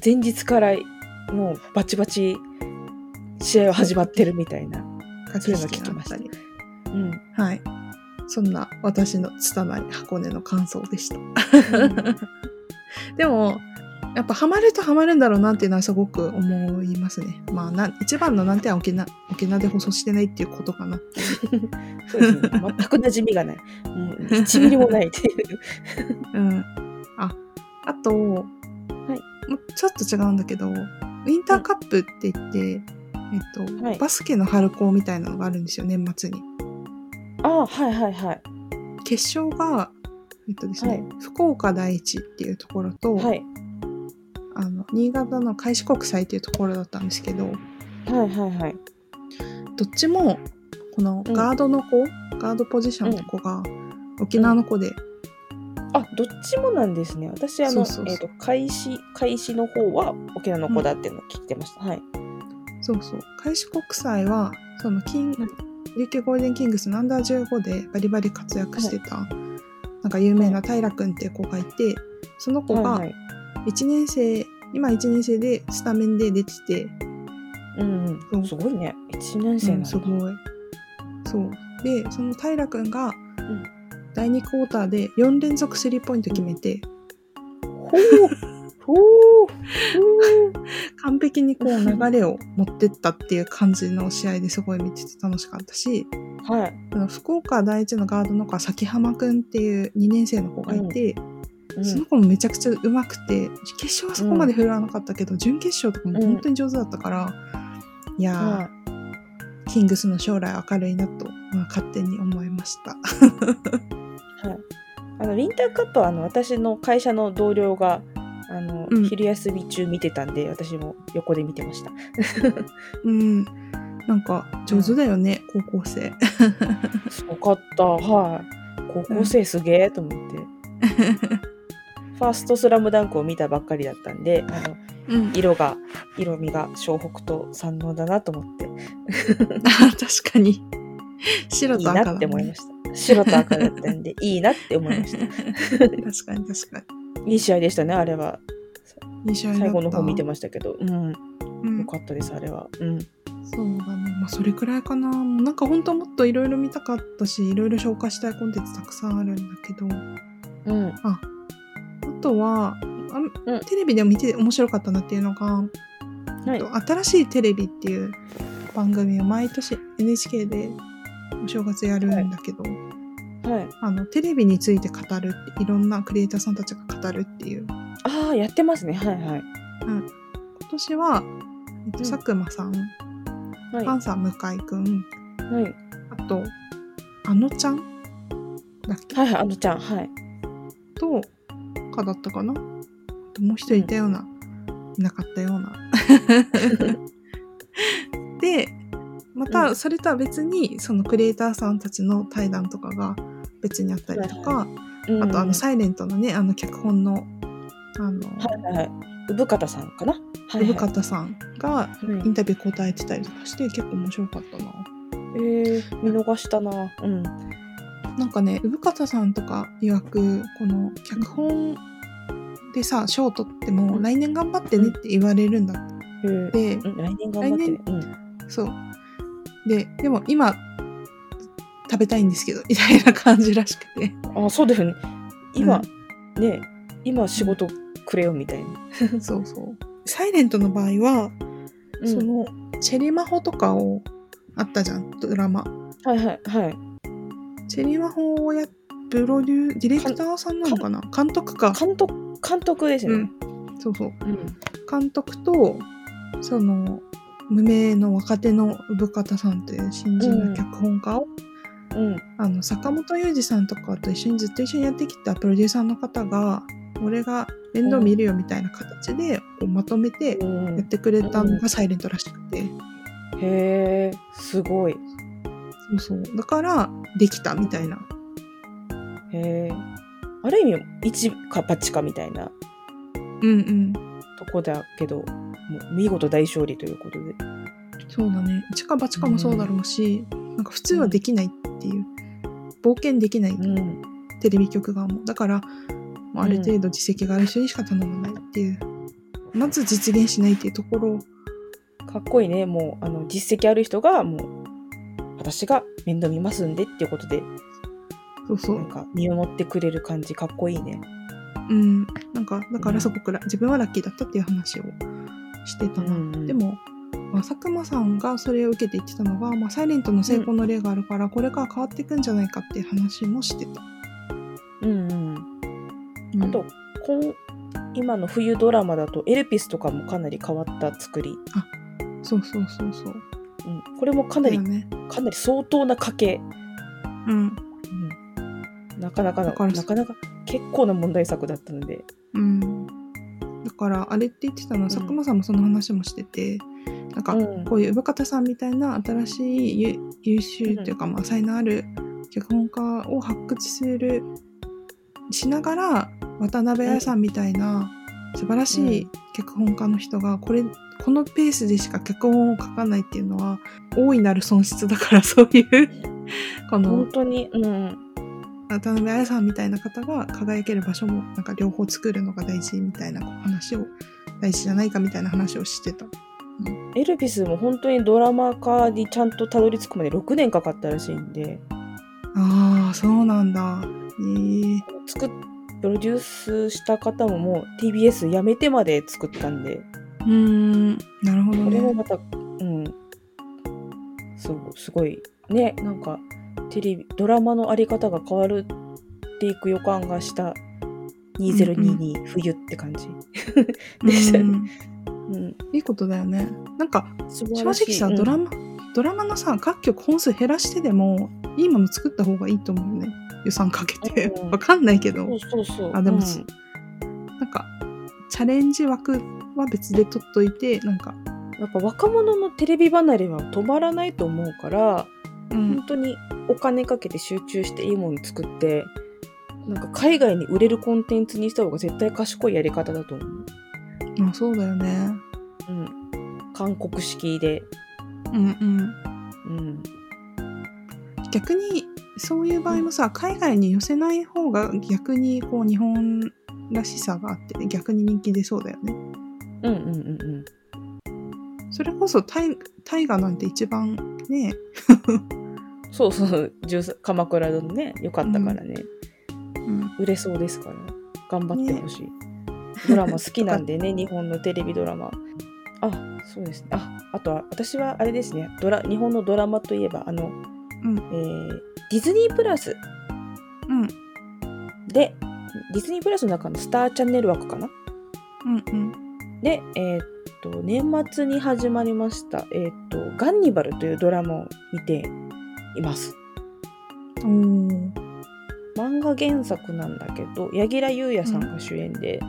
Speaker 2: 前日からもうバチバチ試合は始まってるみたいな、
Speaker 1: 駆け引きがあったり。
Speaker 2: うん、
Speaker 1: はい。そんな私の拙い箱根の感想でした。でもやっぱハマるとハマるんだろうなっていうのはすごく思いますね。まあな一番の難点は沖縄沖縄で放送してないっていうことかな。
Speaker 2: そうですね全く馴染みがないもう1ミリもないっていう
Speaker 1: うん。ああと、はいい、ちょっと違うんだけどウィンターカップって言って、えっと
Speaker 2: はい
Speaker 1: バスケの春高みたいなのがあるんですよ年末に。
Speaker 2: ああはいはいはい
Speaker 1: 決勝が、えっとですね
Speaker 2: はい
Speaker 1: 福岡第一っていうところと、
Speaker 2: はい
Speaker 1: あの新潟の開志国際っていうところだったんですけど
Speaker 2: はいはいはい
Speaker 1: どっちもこの
Speaker 2: うん
Speaker 1: ガードの子、ガードポジションの子が沖縄の子で、
Speaker 2: あどっちもなんですね私あ
Speaker 1: そ
Speaker 2: の
Speaker 1: うそうそう
Speaker 2: えっ、と開始開始の方は沖縄の子だっていうのを聞いてました、はい
Speaker 1: そうそう開志国際はそのキン、琉球ゴールデンキングスのアンダー15でバリバリ活躍してた、なんか有名な平君っていう子がいてその子
Speaker 2: は
Speaker 1: が
Speaker 2: いはい
Speaker 1: 1年生、今1年生でスタメンで出てて、
Speaker 2: うん
Speaker 1: う
Speaker 2: うんん、すごいね1年生
Speaker 1: う
Speaker 2: なん
Speaker 1: ん、
Speaker 2: だ、
Speaker 1: すごいそうでその平君が
Speaker 2: ん
Speaker 1: 第2クォーターで4連続スリーポイント決めて、
Speaker 2: ほうほうほう
Speaker 1: 完璧にこう流れを持ってったっていう感じの試合ですごい見てて楽しかったし
Speaker 2: はい
Speaker 1: あの福岡第一のガードの子は崎浜くんっていう2年生の子がいて、
Speaker 2: うん
Speaker 1: その子もめちゃくちゃ上手くて決勝はそこまで振るわなかったけど、準決勝とかも本当に上手だったから、いやー、
Speaker 2: はい
Speaker 1: キングスの将来明るいなと、まあ、勝手に思いました。
Speaker 2: はい、あのウィンターカップはあの私の会社の同僚があの、
Speaker 1: うん
Speaker 2: 昼休み中見てたんで私も横で見てました
Speaker 1: うん、なんか上手だよね、高校生。
Speaker 2: すごかったはい高校生すげえと思って、ファースト「スラムダンクを見たばっかりだったんであの
Speaker 1: うん、
Speaker 2: 色が色味が湘北と山王だなと思って
Speaker 1: 確かに白
Speaker 2: いい
Speaker 1: と赤だ、ね、
Speaker 2: なって思いました白と赤だっ たんでいいなって思いました
Speaker 1: 確かに確か
Speaker 2: いい試合でしたねあれは
Speaker 1: に。いい試合だった
Speaker 2: 最後の方見てましたけどうん
Speaker 1: うん
Speaker 2: よかったですあれはうん
Speaker 1: そうだね。まあ、それくらいかな。もうなんか本当はもっといろいろ見たかったし、いろいろ紹介したいコンテンツたくさんあるんだけど、あ
Speaker 2: うん
Speaker 1: とは、あ
Speaker 2: うん
Speaker 1: テレビでも見て面白かったなっていうのが、
Speaker 2: はい
Speaker 1: 新しいテレビっていう番組を毎年 NHK でお正月やるんだけど、
Speaker 2: はい
Speaker 1: あのテレビについて語るっていろんなクリエイターさんたちが語るっていう
Speaker 2: ああやってますねはいはい
Speaker 1: 今年は、ええっと、佐久間さん、
Speaker 2: はい
Speaker 1: パンサー向井くん、
Speaker 2: はいはい
Speaker 1: あと、あのちゃんだっけ
Speaker 2: はいあのちゃんはい
Speaker 1: とかだったかなあともう一人いたような、いなかったような。 でま
Speaker 2: う
Speaker 1: た
Speaker 2: ん
Speaker 1: それとは別にそのクリエイターさんたちの対談とかが別にあったりとか、
Speaker 2: うん
Speaker 1: あとあ
Speaker 2: は
Speaker 1: の「サイレントのねあの脚本のあの
Speaker 2: いはいはい産方さんかなはい
Speaker 1: 生
Speaker 2: はい
Speaker 1: 方さんが
Speaker 2: うん
Speaker 1: インタビュー答えてたりとかして結構面白かったな。
Speaker 2: えー、見逃したなうん
Speaker 1: なんかね生方さんとか曰くこの脚本でさ賞取っても来年頑張ってねって言われるんだっ
Speaker 2: えー
Speaker 1: て。
Speaker 2: うん来年頑張ってねうん
Speaker 1: そう。で、でも今、食べたいんですけど、みたいな感じらしく て。
Speaker 2: あそうだよね今、ね今仕
Speaker 1: うん
Speaker 2: 事くれよみたいな、
Speaker 1: そうそう。サイレントの場合は、
Speaker 2: うん
Speaker 1: その、チェリマホとかを、あったじゃん、ドラマ。
Speaker 2: はいはいはい
Speaker 1: チェリマホをや、プロデュー、ディレクターさんなのかな監督か。
Speaker 2: 監督監督ですね、
Speaker 1: うん。そうそう。
Speaker 2: うん
Speaker 1: 監督と、その、無名の若手の生方さんという新人の脚本家を、
Speaker 2: うん
Speaker 1: あの坂本裕二さんとかと一緒にずっと一緒にやってきたプロデューサーの方が俺が面倒見るよみたいな形でまとめて
Speaker 2: うん
Speaker 1: やってくれたのが「サイレントらしくて、
Speaker 2: へえすごい
Speaker 1: そうそうだからできたみたいな
Speaker 2: へえある意味一か八かみたいな
Speaker 1: うんうん
Speaker 2: とこだけどもう見事大勝利ということで
Speaker 1: そうだね一か八かもそうだろうし、なんか普通はできないっていう冒険できない、
Speaker 2: うん
Speaker 1: テレビ局側もだからもうある程度実績がある人にしか頼まないっていう、まず実現しないっていうところ
Speaker 2: かっこいいねもうあの実績ある人がもう私が面倒見ますんでっていうことで
Speaker 1: そうそう
Speaker 2: なんか見守ってくれる感じかっこいいね
Speaker 1: うん、なんかだからそこから自分はラッキーだったっていう話をしてたな、
Speaker 2: うんうん
Speaker 1: でも、まあ、佐久間さんがそれを受けて言ってたのが「まあ、サイレントの成功の例があるから、これから変わっていくんじゃないかっていう話もしてた、
Speaker 2: うんうん
Speaker 1: うん
Speaker 2: あと今今の冬ドラマだとエルピスとかもかなり変わった作り、
Speaker 1: そうそうそうそう
Speaker 2: うん、これもかな
Speaker 1: だ
Speaker 2: り
Speaker 1: よね
Speaker 2: かなり相当な賭け
Speaker 1: うん
Speaker 2: なかなかな
Speaker 1: だから
Speaker 2: なかなか結構な問題作だったので、
Speaker 1: うんだからあれって言ってたのは佐久間さんもその話もしてて、なんか
Speaker 2: うん
Speaker 1: こういう生方さんみたいな新しいゆ優秀っていうか、まあ、才能ある脚本家を発掘するしながら渡辺彩さんみたいな素晴らし
Speaker 2: う
Speaker 1: い脚本家の人がこれこのペースでしか脚本を書かないっていうのは大いなる損失だからそういう この
Speaker 2: 本当に、うん、
Speaker 1: 渡辺彩さんみたいな方が輝ける場所もなんか両方作るのが大事みたいなこう話を大事じゃないかみたいな話をしてた。
Speaker 2: エルビスも本当にドラマ化にちゃんとたどり着くまで6年かかったらしいんで
Speaker 1: ああそうなんだ。えー、
Speaker 2: 作っプロデュースした方ももう TBS 辞めてまで作ったんで
Speaker 1: うーんなるほど
Speaker 2: これも
Speaker 1: ね。
Speaker 2: また、うん、そうすごいねなんかテレビドラマのあり方が変わるっていく予感がした2022冬って感じ、でしたね
Speaker 1: うん
Speaker 2: うん、
Speaker 1: いいことだよね。なんか
Speaker 2: 正
Speaker 1: 正直さ、ドラマドラマのさ各局本数減らしてでもいいもの作った方がいいと思うね予算かけて。
Speaker 2: う ん
Speaker 1: わかんないけど
Speaker 2: そうそうそう
Speaker 1: あでも
Speaker 2: うん
Speaker 1: すなんかチャレンジ枠は別で取っといてなんか。
Speaker 2: やっぱ若者のテレビ離れは止まらないと思うから、
Speaker 1: うん
Speaker 2: 本当にお金かけて集中していいもの作ってなんか海外に売れるコンテンツにした方が絶対賢いやり方だと思う、
Speaker 1: まあそうだよね。
Speaker 2: うん、韓国式で、
Speaker 1: うんうん。
Speaker 2: うん、
Speaker 1: 逆にそういう場合もさ海外に寄せない方が逆にこう日本らしさがあって逆に人気出そうだよね
Speaker 2: うんうんうんうん
Speaker 1: それこそ大大河なんて一番ね
Speaker 2: そうそう13鎌倉殿ね良かったからね、
Speaker 1: うん
Speaker 2: 売れそうですから頑張ってほしい、ドラマ好きなんで ね日本のテレビドラマあそうですねああとは私はあれですねドラ日本のドラマといえばあの、
Speaker 1: うん
Speaker 2: えーディズニープラス
Speaker 1: うん
Speaker 2: でディズニープラスの中のスターチャンネル枠かな
Speaker 1: うんうん
Speaker 2: で、えーと、年末に始まりました、えっ、と、ガンニバルというドラマを見ています。
Speaker 1: おー
Speaker 2: 漫画原作なんだけど、柳楽優弥さんが主演で、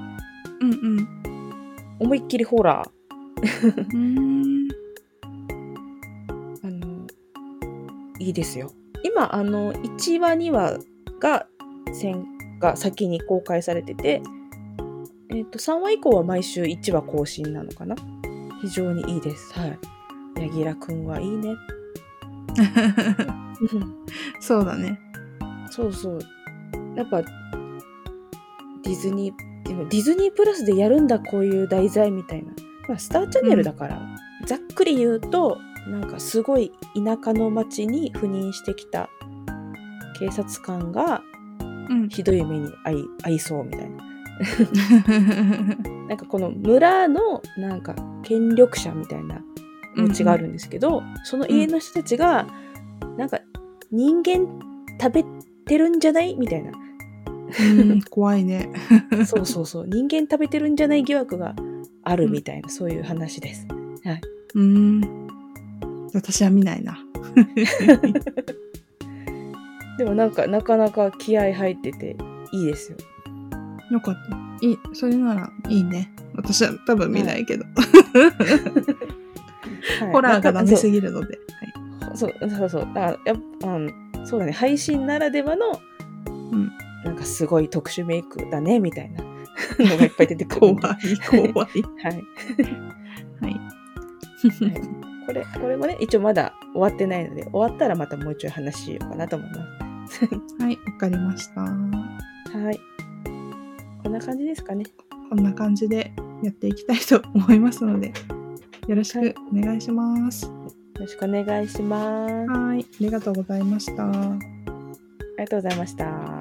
Speaker 1: うんうん
Speaker 2: 思いっきりホラー。
Speaker 1: うーん
Speaker 2: あの、いいですよ。今、あの、1話、2話が、先が先に公開されてて、えっ、と、3話以降は毎週1話更新なのかな非常にいいです。はい。柳楽くんはいいね。
Speaker 1: そうだね
Speaker 2: そうそう。やっぱ、ディズニー、でもディズニープラスでやるんだ、こういう題材みたいな。まあ、スターチャンネルだから、ざっくり言うと、なんかすごい田舎の町に赴任してきた警察官が
Speaker 1: うん
Speaker 2: ひどい目に遭い遭いそうみたいな。なんかこの村のなんか権力者みたいなお家があるんですけど、その家の人たちが、なんか人間食べてるんじゃないみたいな。
Speaker 1: うん怖いね
Speaker 2: そうそうそう。人間食べてるんじゃない疑惑があるみたいな、そういう話です。
Speaker 1: うーん私は見ないな
Speaker 2: でもなんか、なかなか気合入ってて、いいですよ。
Speaker 1: よかったいいそれならいいね私は多分見ないけど、
Speaker 2: はい
Speaker 1: ホラーがダメす
Speaker 2: ぎ
Speaker 1: ぎるので、はい
Speaker 2: そうそうそうそう。だからやっぱ、うん、そうだね。配信ならではの、
Speaker 1: ん
Speaker 2: なんかすごい特殊メイクだね、みたいなのがいっぱい出てくる
Speaker 1: 怖
Speaker 2: ん
Speaker 1: い
Speaker 2: で。
Speaker 1: 怖いはい
Speaker 2: はい。これ、これもね、一応まだ終わってないので、終わったらまたもうちょい話しようかなと思いま
Speaker 1: はいわかりましたこ
Speaker 2: す。はい。こんな感じですかね。
Speaker 1: んな感じでやっていきたいと思いますのでよろし
Speaker 2: は
Speaker 1: く
Speaker 2: い
Speaker 1: お願いします
Speaker 2: よろしくお願いします。
Speaker 1: はいありがとうございました
Speaker 2: ありがとうございました。